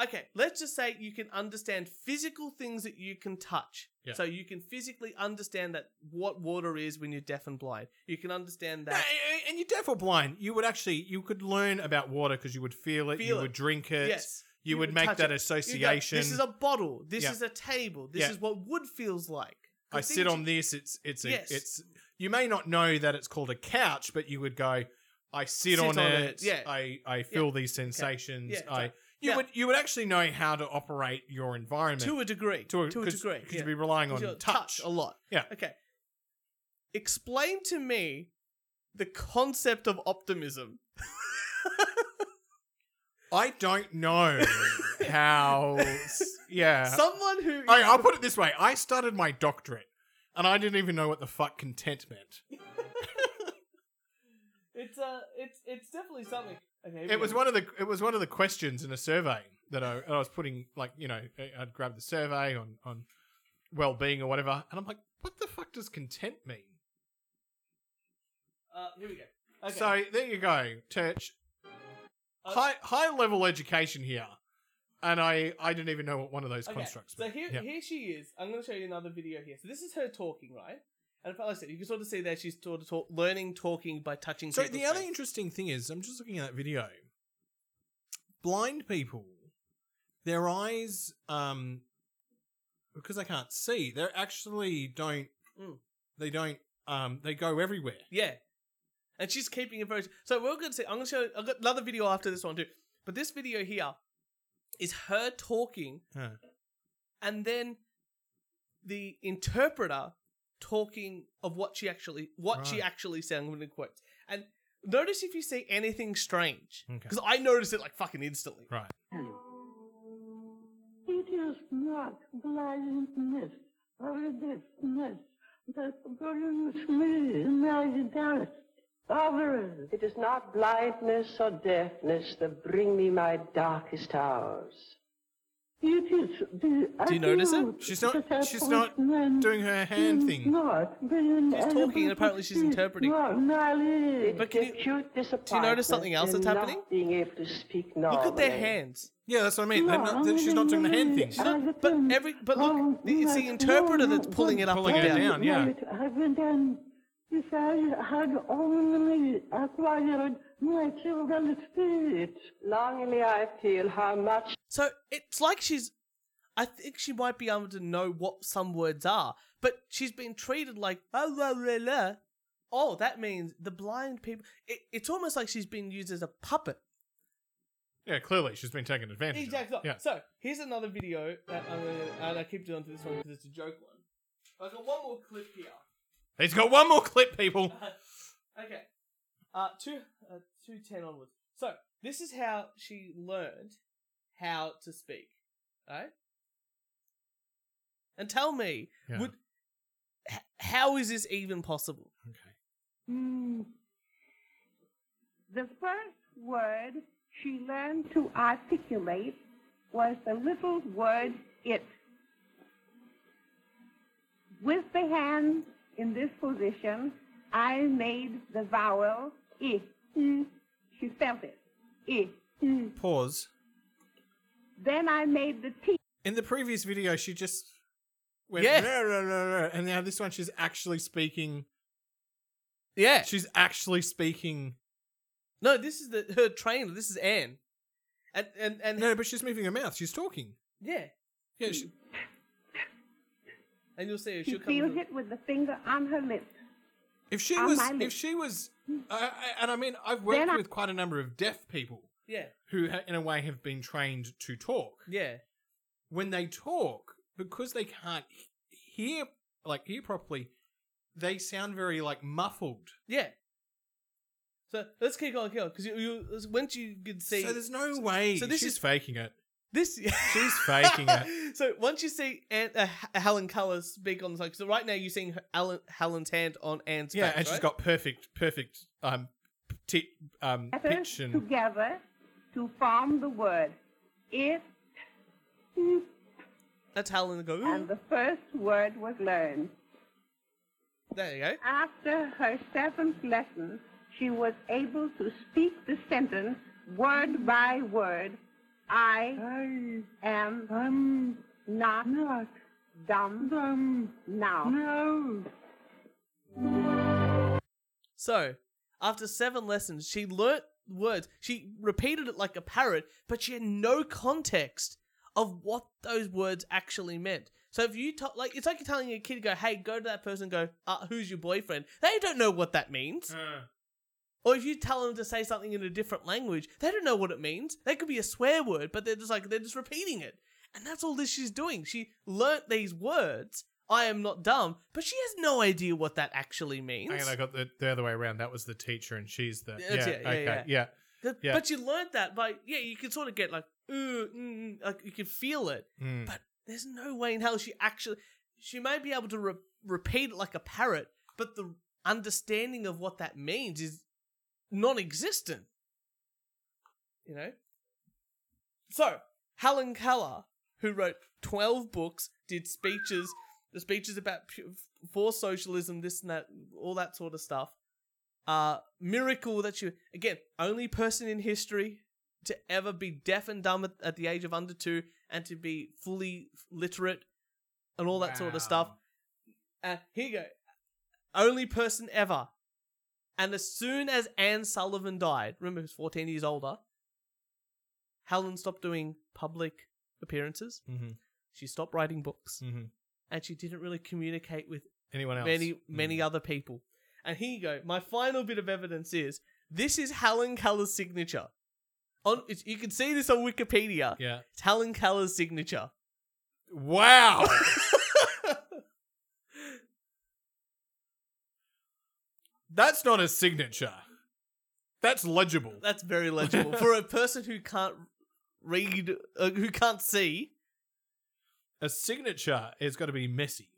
Speaker 1: okay, let's just say you can understand physical things that you can touch.
Speaker 2: Yeah.
Speaker 1: So you can physically understand that what water is when you're deaf and blind. You can understand
Speaker 2: No,
Speaker 1: that.
Speaker 2: a- and you're deaf or blind. You would actually you could learn about water because you would feel it,
Speaker 1: Feel
Speaker 2: you
Speaker 1: it.
Speaker 2: would drink it,
Speaker 1: yes.
Speaker 2: you, would,
Speaker 1: touch
Speaker 2: make that
Speaker 1: it. You'd go,
Speaker 2: association.
Speaker 1: This is a bottle. This
Speaker 2: Yeah.
Speaker 1: is a table. This
Speaker 2: Yeah.
Speaker 1: is what wood feels like.
Speaker 2: I
Speaker 1: The
Speaker 2: sit
Speaker 1: things
Speaker 2: on this. It's it's a,
Speaker 1: Yes.
Speaker 2: it's you may not know that it's called a couch, but you would go. I sit,
Speaker 1: Sit
Speaker 2: on,
Speaker 1: on
Speaker 2: it.
Speaker 1: it, yeah.
Speaker 2: I I feel these sensations.
Speaker 1: Yeah,
Speaker 2: I
Speaker 1: right.
Speaker 2: you
Speaker 1: Yeah.
Speaker 2: would you would actually know how to operate your environment
Speaker 1: to a degree. To a, degree.
Speaker 2: because
Speaker 1: yeah.
Speaker 2: you'd be relying on
Speaker 1: Because
Speaker 2: touch.
Speaker 1: you'll a lot.
Speaker 2: Yeah.
Speaker 1: Okay. Explain to me the concept of optimism.
Speaker 2: I don't know how. s- Yeah,
Speaker 1: Someone who
Speaker 2: Uh-huh. I, I'll put it this way: I started my doctorate, and I didn't even know what the fuck content meant.
Speaker 1: it's uh it's it's definitely something. Okay. here we
Speaker 2: It was
Speaker 1: go.
Speaker 2: one of the it was one of the questions in a survey that I, I was putting like you know I- I'd grab the survey on on well being or whatever, and I'm like, what the fuck does content mean?
Speaker 1: Uh, here we go. Okay. Uh,
Speaker 2: So there you go, Church. high high level education here, and I I didn't even know what one of those
Speaker 1: Okay,
Speaker 2: constructs.
Speaker 1: So
Speaker 2: meant.
Speaker 1: here,
Speaker 2: Yeah.
Speaker 1: here she is. I'm going to show you another video here. So this is her talking, right? And like I said, you can sort of see that she's sort of talk, learning talking by touching.
Speaker 2: So
Speaker 1: people's
Speaker 2: the other
Speaker 1: face.
Speaker 2: interesting thing is, I'm just looking at that video. Blind people, their eyes, um, because they can't see, they actually don't.
Speaker 1: Mm.
Speaker 2: They don't. Um, they go everywhere.
Speaker 1: Yeah. And she's keeping it very. So we're going to see. I'm going to show. I've got another video after this one too. But this video here is her talking,
Speaker 2: Huh.
Speaker 1: and then the interpreter talking of what she actually what she
Speaker 2: Right.
Speaker 1: actually said. I'm going to quote. And notice if you see anything strange,
Speaker 2: Okay.
Speaker 1: because I noticed it like fucking instantly.
Speaker 2: Right.
Speaker 3: tell you. It is not blindness or deafness that brings me my death. Others.
Speaker 4: It is not blindness or deafness that bring me my darkest hours.
Speaker 3: It is the
Speaker 1: Do you notice it?
Speaker 3: attitude
Speaker 2: She's not-
Speaker 3: that I
Speaker 2: she's not
Speaker 3: put men
Speaker 2: doing her hand
Speaker 3: in
Speaker 2: thing.
Speaker 3: not being
Speaker 1: She's talking and
Speaker 3: able to
Speaker 1: apparently she's
Speaker 3: speak
Speaker 1: interpreting.
Speaker 3: normally.
Speaker 1: But can you-
Speaker 4: Acute disappointment
Speaker 1: do you notice something else
Speaker 4: in
Speaker 1: that's
Speaker 4: not
Speaker 1: happening?
Speaker 4: Being able to speak normally.
Speaker 1: Look at their
Speaker 2: Oh,
Speaker 1: hands.
Speaker 2: Yeah, that's what I mean. They're not, they're- she's not doing the hand thing.
Speaker 1: not- but every- but look, it's the interpreter that's pulling it up
Speaker 2: Pulling and it down. down, yeah.
Speaker 3: It happened then. If I had only acquired my children's spirit.
Speaker 4: Longingly I feel how much
Speaker 1: So it's like she's. I think she might be able to know what some words are, but she's been treated like oh la la la. Oh, that means the blind people. It, it's almost like she's been used as a puppet.
Speaker 2: Yeah, clearly she's been taken advantage. of.
Speaker 1: Exactly.
Speaker 2: Yeah.
Speaker 1: So here's another video that I'm gonna, and I keep doing to this one because it's a joke one. I got one more clip here.
Speaker 2: He's got one more clip, people.
Speaker 1: Okay. Uh, two, uh, two ten onwards. So this is how she learned how to speak. Right? And tell me,
Speaker 2: Yeah.
Speaker 1: would h- how is this even possible?
Speaker 2: Okay.
Speaker 5: Hmm. The first word she learned to articulate was the little word it. With the hand in this position, I made the vowel i. Mm. She felt it. I. Mm.
Speaker 2: Pause.
Speaker 5: Then I made the T.
Speaker 2: In the previous video, she just went
Speaker 1: Yes.
Speaker 2: "Rah, rah, rah, rah," and now this one, she's actually speaking.
Speaker 1: Yeah.
Speaker 2: She's actually speaking.
Speaker 1: No, this is the her trainer. This is Anne. And and and
Speaker 2: No, but she's moving her mouth. She's talking.
Speaker 1: yeah.
Speaker 2: Yeah, she,
Speaker 1: And you'll see her.
Speaker 5: She
Speaker 1: She'll come.
Speaker 5: feels
Speaker 1: with-
Speaker 5: it with the finger on her lips.
Speaker 2: If she
Speaker 5: On
Speaker 2: was,
Speaker 5: my
Speaker 2: if
Speaker 5: list.
Speaker 2: she was, I I- and I mean, I've worked
Speaker 5: Then I-
Speaker 2: with quite a number of deaf people
Speaker 1: Yeah.
Speaker 2: who, ha- in a way, have been trained to talk.
Speaker 1: Yeah.
Speaker 2: When they talk, because they can't he- hear, like hear properly, they sound very like muffled.
Speaker 1: Yeah. So let's keep going, keep on, because you, you once you could see
Speaker 2: so there's no way.
Speaker 1: so this
Speaker 2: she's
Speaker 1: is-
Speaker 2: faking it.
Speaker 1: this.
Speaker 2: She's faking it.
Speaker 1: So once you see Anne, uh, H- Helen Keller speak on the side, so right now you're seeing her, Alan, Helen's hand on Anne's
Speaker 2: Yeah,
Speaker 1: face,
Speaker 2: and she's
Speaker 1: right?
Speaker 2: got perfect, perfect um, t- um
Speaker 5: letters
Speaker 2: pitch and
Speaker 5: together to form the word it, mm,
Speaker 1: that's Helen go.
Speaker 5: and the first word was learned.
Speaker 1: There you go.
Speaker 5: After her seventh lesson, she was able to speak the sentence word by word. I
Speaker 4: I
Speaker 5: am
Speaker 4: am
Speaker 5: not
Speaker 4: not
Speaker 5: dumb
Speaker 4: dumb.
Speaker 5: now.
Speaker 4: No.
Speaker 1: So after seven lessons, she learnt words. She repeated it like a parrot, but she had no context of what those words actually meant. So if you to- like, it's like you're telling a kid, go, hey, go to that person, and go, uh, who's your boyfriend? They don't know what that means. Or if you tell them to say something in a different language, they don't know what it means. That could be a swear word, but they're just like they're just repeating it. And that's all this she's doing. She learnt these words. I am not dumb, but she has no idea what that actually means.
Speaker 2: Hang on, I got the, the other way around. That was the teacher, and she's the
Speaker 1: That's
Speaker 2: yeah,
Speaker 1: it, yeah,
Speaker 2: okay,
Speaker 1: yeah.
Speaker 2: yeah.
Speaker 1: The-
Speaker 2: Yeah.
Speaker 1: But you learnt that by yeah, you can sort of get like ooh, mm, mm, like you can feel it.
Speaker 2: Mm.
Speaker 1: But there's no way in hell she actually she may be able to re- repeat it like a parrot, but the understanding of what that means is non-existent. You know. So Helen Keller, who wrote twelve books, did speeches, the speeches about pu- for socialism, this and that, all that sort of stuff. Uh, miracle that she again only person in history to ever be deaf and dumb at, at the age of under two and to be fully literate and all that sort
Speaker 2: Wow.
Speaker 1: of stuff. Uh, here you go. Only person ever. And as soon as Anne Sullivan died, remember, who's 14 years older, Helen stopped doing public appearances.
Speaker 2: Mhm,
Speaker 1: She stopped writing books.
Speaker 2: mhm.
Speaker 1: And she didn't really communicate with
Speaker 2: Anyone else?
Speaker 1: many,
Speaker 2: Mm.
Speaker 1: many other people. And here you go. My final bit of evidence is this is Helen Keller's signature. On, it's, you can see this on Wikipedia.
Speaker 2: Yeah.
Speaker 1: It's Helen Keller's signature.
Speaker 2: Wow. That's not a signature. That's legible.
Speaker 1: That's very legible for a person who can't read, uh, who can't see.
Speaker 2: a signature is got to be messy.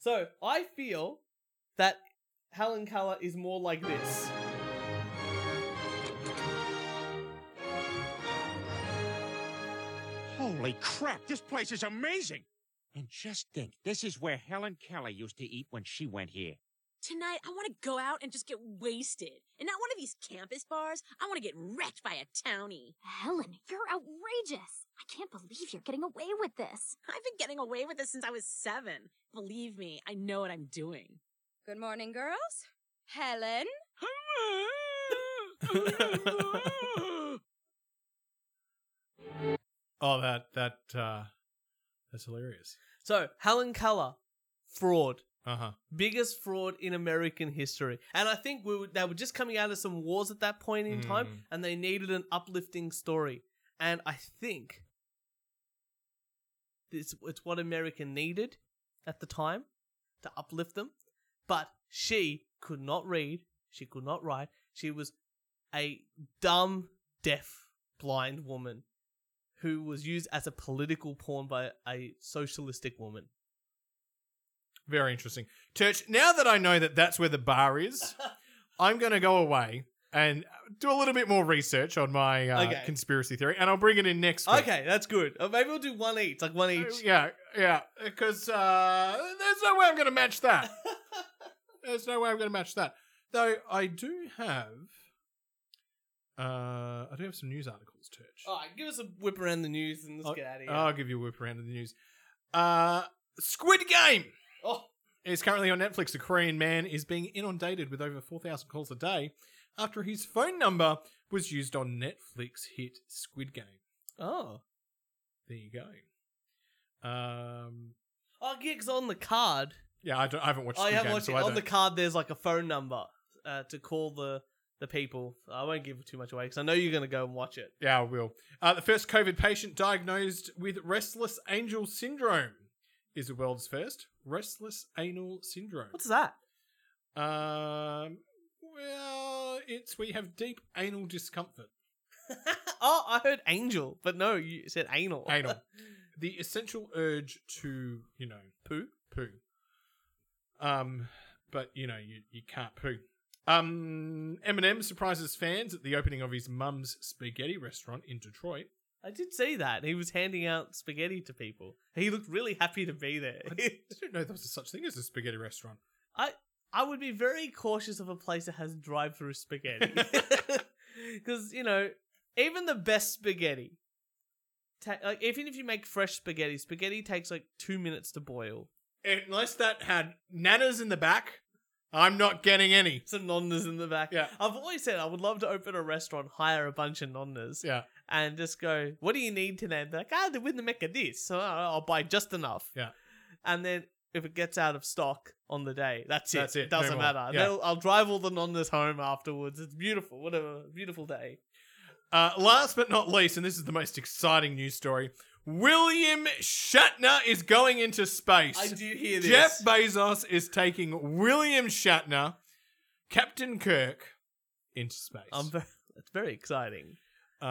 Speaker 1: So I feel that Helen Keller is more like this.
Speaker 6: Holy crap, this place is amazing! And just think, this is where Helen Keller used to eat when she went here.
Speaker 7: Tonight, I want to go out and just get wasted. And not one of these campus bars. I want to get wrecked by a townie.
Speaker 8: Helen, you're outrageous. I can't believe you're getting away with this.
Speaker 7: I've been getting away with this since I was seven. Believe me, I know what I'm doing.
Speaker 9: Good morning, girls. Helen?
Speaker 2: Oh, that that uh that's hilarious.
Speaker 1: So Helen Keller, fraud,
Speaker 2: Uh huh.
Speaker 1: biggest fraud in American history, and I think we were, they were just coming out of some wars at that point in
Speaker 2: Mm.
Speaker 1: time, and they needed an uplifting story, and I think this it's what America needed at the time to uplift them, but she could not read, She could not write. She was a dumb, deaf, blind woman who was used as a political pawn by a socialistic woman.
Speaker 2: Very interesting. Church, now that I know that that's where the bar is, I'm going to go away and do a little bit more research on my uh,
Speaker 1: Okay.
Speaker 2: conspiracy theory, and I'll bring it in next week.
Speaker 1: Okay, that's good. Or maybe we'll do one each, like one
Speaker 2: Uh,
Speaker 1: each.
Speaker 2: Yeah, yeah, because uh, there's no way I'm going to match that. there's no way I'm going to match that. Though I do have, uh, I do have some news articles, Church.
Speaker 1: All right, give us a whip around the news and let's
Speaker 2: I'll-
Speaker 1: get out of here.
Speaker 2: I'll give you a whip around of the news. Uh, Squid Game
Speaker 1: oh,
Speaker 2: is currently on Netflix. A Korean man is being inundated with over 4,000 calls a day after his phone number was used on Netflix hit Squid Game.
Speaker 1: oh,
Speaker 2: There you go. Um,
Speaker 1: oh, yeah, 'cause on the card,
Speaker 2: yeah, I, don't, I haven't watched
Speaker 1: I
Speaker 2: Squid
Speaker 1: have
Speaker 2: Game,
Speaker 1: watched
Speaker 2: so
Speaker 1: it.
Speaker 2: I
Speaker 1: On the
Speaker 2: don't-
Speaker 1: card, there's like a phone number uh, to call the the people. I won't give too much away because I know you're gonna go and watch it.
Speaker 2: Yeah, I will. Uh, the first COVID patient diagnosed with restless angel syndrome is the world's first restless anal syndrome.
Speaker 1: What's that?
Speaker 2: Um, well, it's where you have deep anal discomfort.
Speaker 1: oh, I heard angel, but no, you said anal.
Speaker 2: Anal. The essential urge to, you know, poo, poo. Um, but you know, you, you can't poo. Um, Eminem surprises fans at the opening of his mum's spaghetti restaurant in Detroit.
Speaker 1: I did see that. He was handing out spaghetti to people. He looked really happy to be there.
Speaker 2: I didn't know there was such thing as a spaghetti restaurant.
Speaker 1: I I would be very cautious of a place that has drive-through spaghetti, because you know even the best spaghetti, ta- like even if you make fresh spaghetti, spaghetti takes like two minutes to boil.
Speaker 2: unless that had nanas in the back, I'm not getting any.
Speaker 1: Some nonnas in the back.
Speaker 2: Yeah.
Speaker 1: I've always said I would love to open a restaurant, hire a bunch of nonnas,
Speaker 2: Yeah,
Speaker 1: and just go, "What do you need today?" And they're like, "Ah, the winner make of this, so I'll I'll buy just enough."
Speaker 2: Yeah.
Speaker 1: and then. If it gets out of stock on the day, that's it.
Speaker 2: That's it, no
Speaker 1: doesn't
Speaker 2: more.
Speaker 1: matter.
Speaker 2: Yeah.
Speaker 1: They'll- I'll drive all the nonnas home afterwards. It's beautiful. What a beautiful day.
Speaker 2: Uh, last but not least, and this is the most exciting news story: William Shatner is going into space.
Speaker 1: I do hear this.
Speaker 2: Jeff Bezos is taking William Shatner, Captain Kirk, into space.
Speaker 1: I'm very, it's very exciting.
Speaker 2: uh,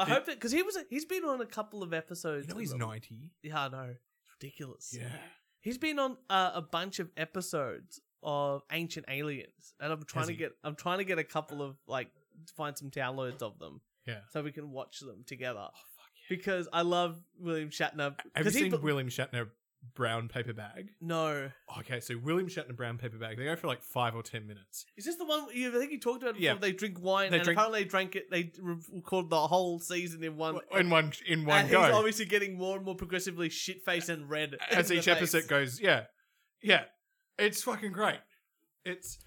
Speaker 1: I hope that because he was a, he's been on a couple of episodes.
Speaker 2: you know he's
Speaker 1: of-
Speaker 2: ninety.
Speaker 1: Yeah, I know. It's ridiculous.
Speaker 2: Yeah,
Speaker 1: he's been on uh, a bunch of episodes of Ancient Aliens, and I'm trying
Speaker 2: Has
Speaker 1: to
Speaker 2: he?
Speaker 1: get I'm trying to get a couple of like to find some downloads of them
Speaker 2: yeah. Oh,
Speaker 1: so we can watch them together. Because I love William Shatner.
Speaker 2: Have you
Speaker 1: 'cause he
Speaker 2: seen
Speaker 1: bu-
Speaker 2: William Shatner brown paper bag?
Speaker 1: No,
Speaker 2: Okay, so William Shatner brown paper bag. They go for like five or ten minutes.
Speaker 1: is this the one you I think you talked about? Before?
Speaker 2: Yeah.
Speaker 1: they drink wine,
Speaker 2: They
Speaker 1: and
Speaker 2: drink-
Speaker 1: apparently they drank it. They re- recorded the whole season in one
Speaker 2: In one in one
Speaker 1: Um, and
Speaker 2: go.
Speaker 1: he's obviously getting more and more progressively shit faced and red
Speaker 2: as
Speaker 1: in the
Speaker 2: each episode
Speaker 1: face.
Speaker 2: goes. Yeah, yeah, it's fucking great. It's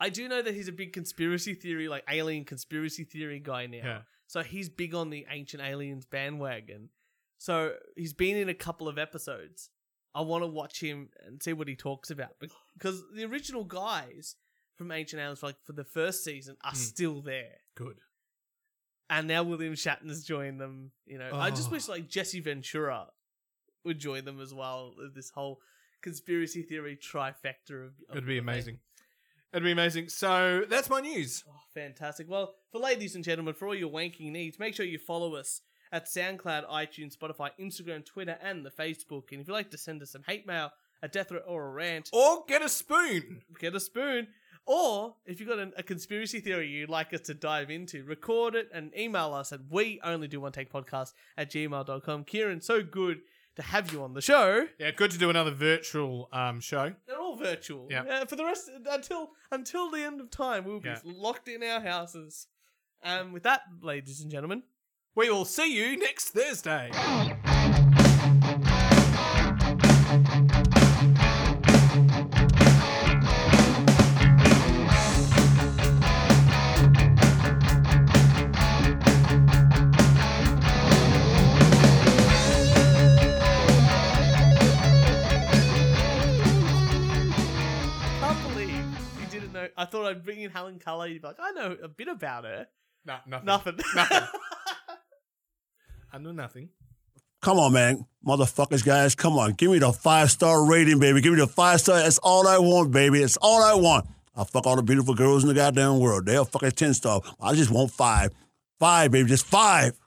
Speaker 1: I do know that he's a big conspiracy theory, like alien conspiracy theory guy now.
Speaker 2: Yeah.
Speaker 1: So he's big on the ancient aliens bandwagon. So he's been in a couple of episodes. I want to watch him and see what he talks about because the original guys from Ancient Aliens, like for the first season, are
Speaker 2: Hmm.
Speaker 1: still there.
Speaker 2: good.
Speaker 1: and now William Shatner's joined them. You know, I just
Speaker 2: Oh.
Speaker 1: wish like Jesse Ventura would join them as well. This whole conspiracy theory trifecta of, of
Speaker 2: It'd be amazing. It'd be amazing. So that's my news.
Speaker 1: Oh, fantastic! Well, for ladies and gentlemen, for all your wanking needs, make sure you follow us at SoundCloud, iTunes, Spotify, Instagram, Twitter, and the Facebook. And if you'd like to send us some hate mail, a death threat, or a rant,
Speaker 2: Or get a spoon.
Speaker 1: get a spoon. Or if you've got an, a conspiracy theory you'd like us to dive into, record it and email us at we only do one take podcast at gmail.com. Kieran, so good to have you on the show.
Speaker 2: Yeah, good to do another virtual um, show.
Speaker 1: They're all virtual.
Speaker 2: Yeah.
Speaker 1: Uh, for the rest until until the end of time, we'll be
Speaker 2: Yeah.
Speaker 1: locked in our houses. And with that, ladies and gentlemen,
Speaker 2: We will see you next Thursday.
Speaker 1: I can't believe you didn't know. I thought I'd bring in Helen Keller. You'd be like, I know a bit about her.
Speaker 2: Nah, nothing.
Speaker 1: Nothing.
Speaker 2: Nothing. I know nothing.
Speaker 10: Come on, man. Motherfuckers, guys, come on. Give me the five star rating, baby. Give me the five star. That's all I want, baby. That's all I want. I'll fuck all the beautiful girls in the goddamn world. They'll fuck a 10 star. I just want five. Five, baby, just five.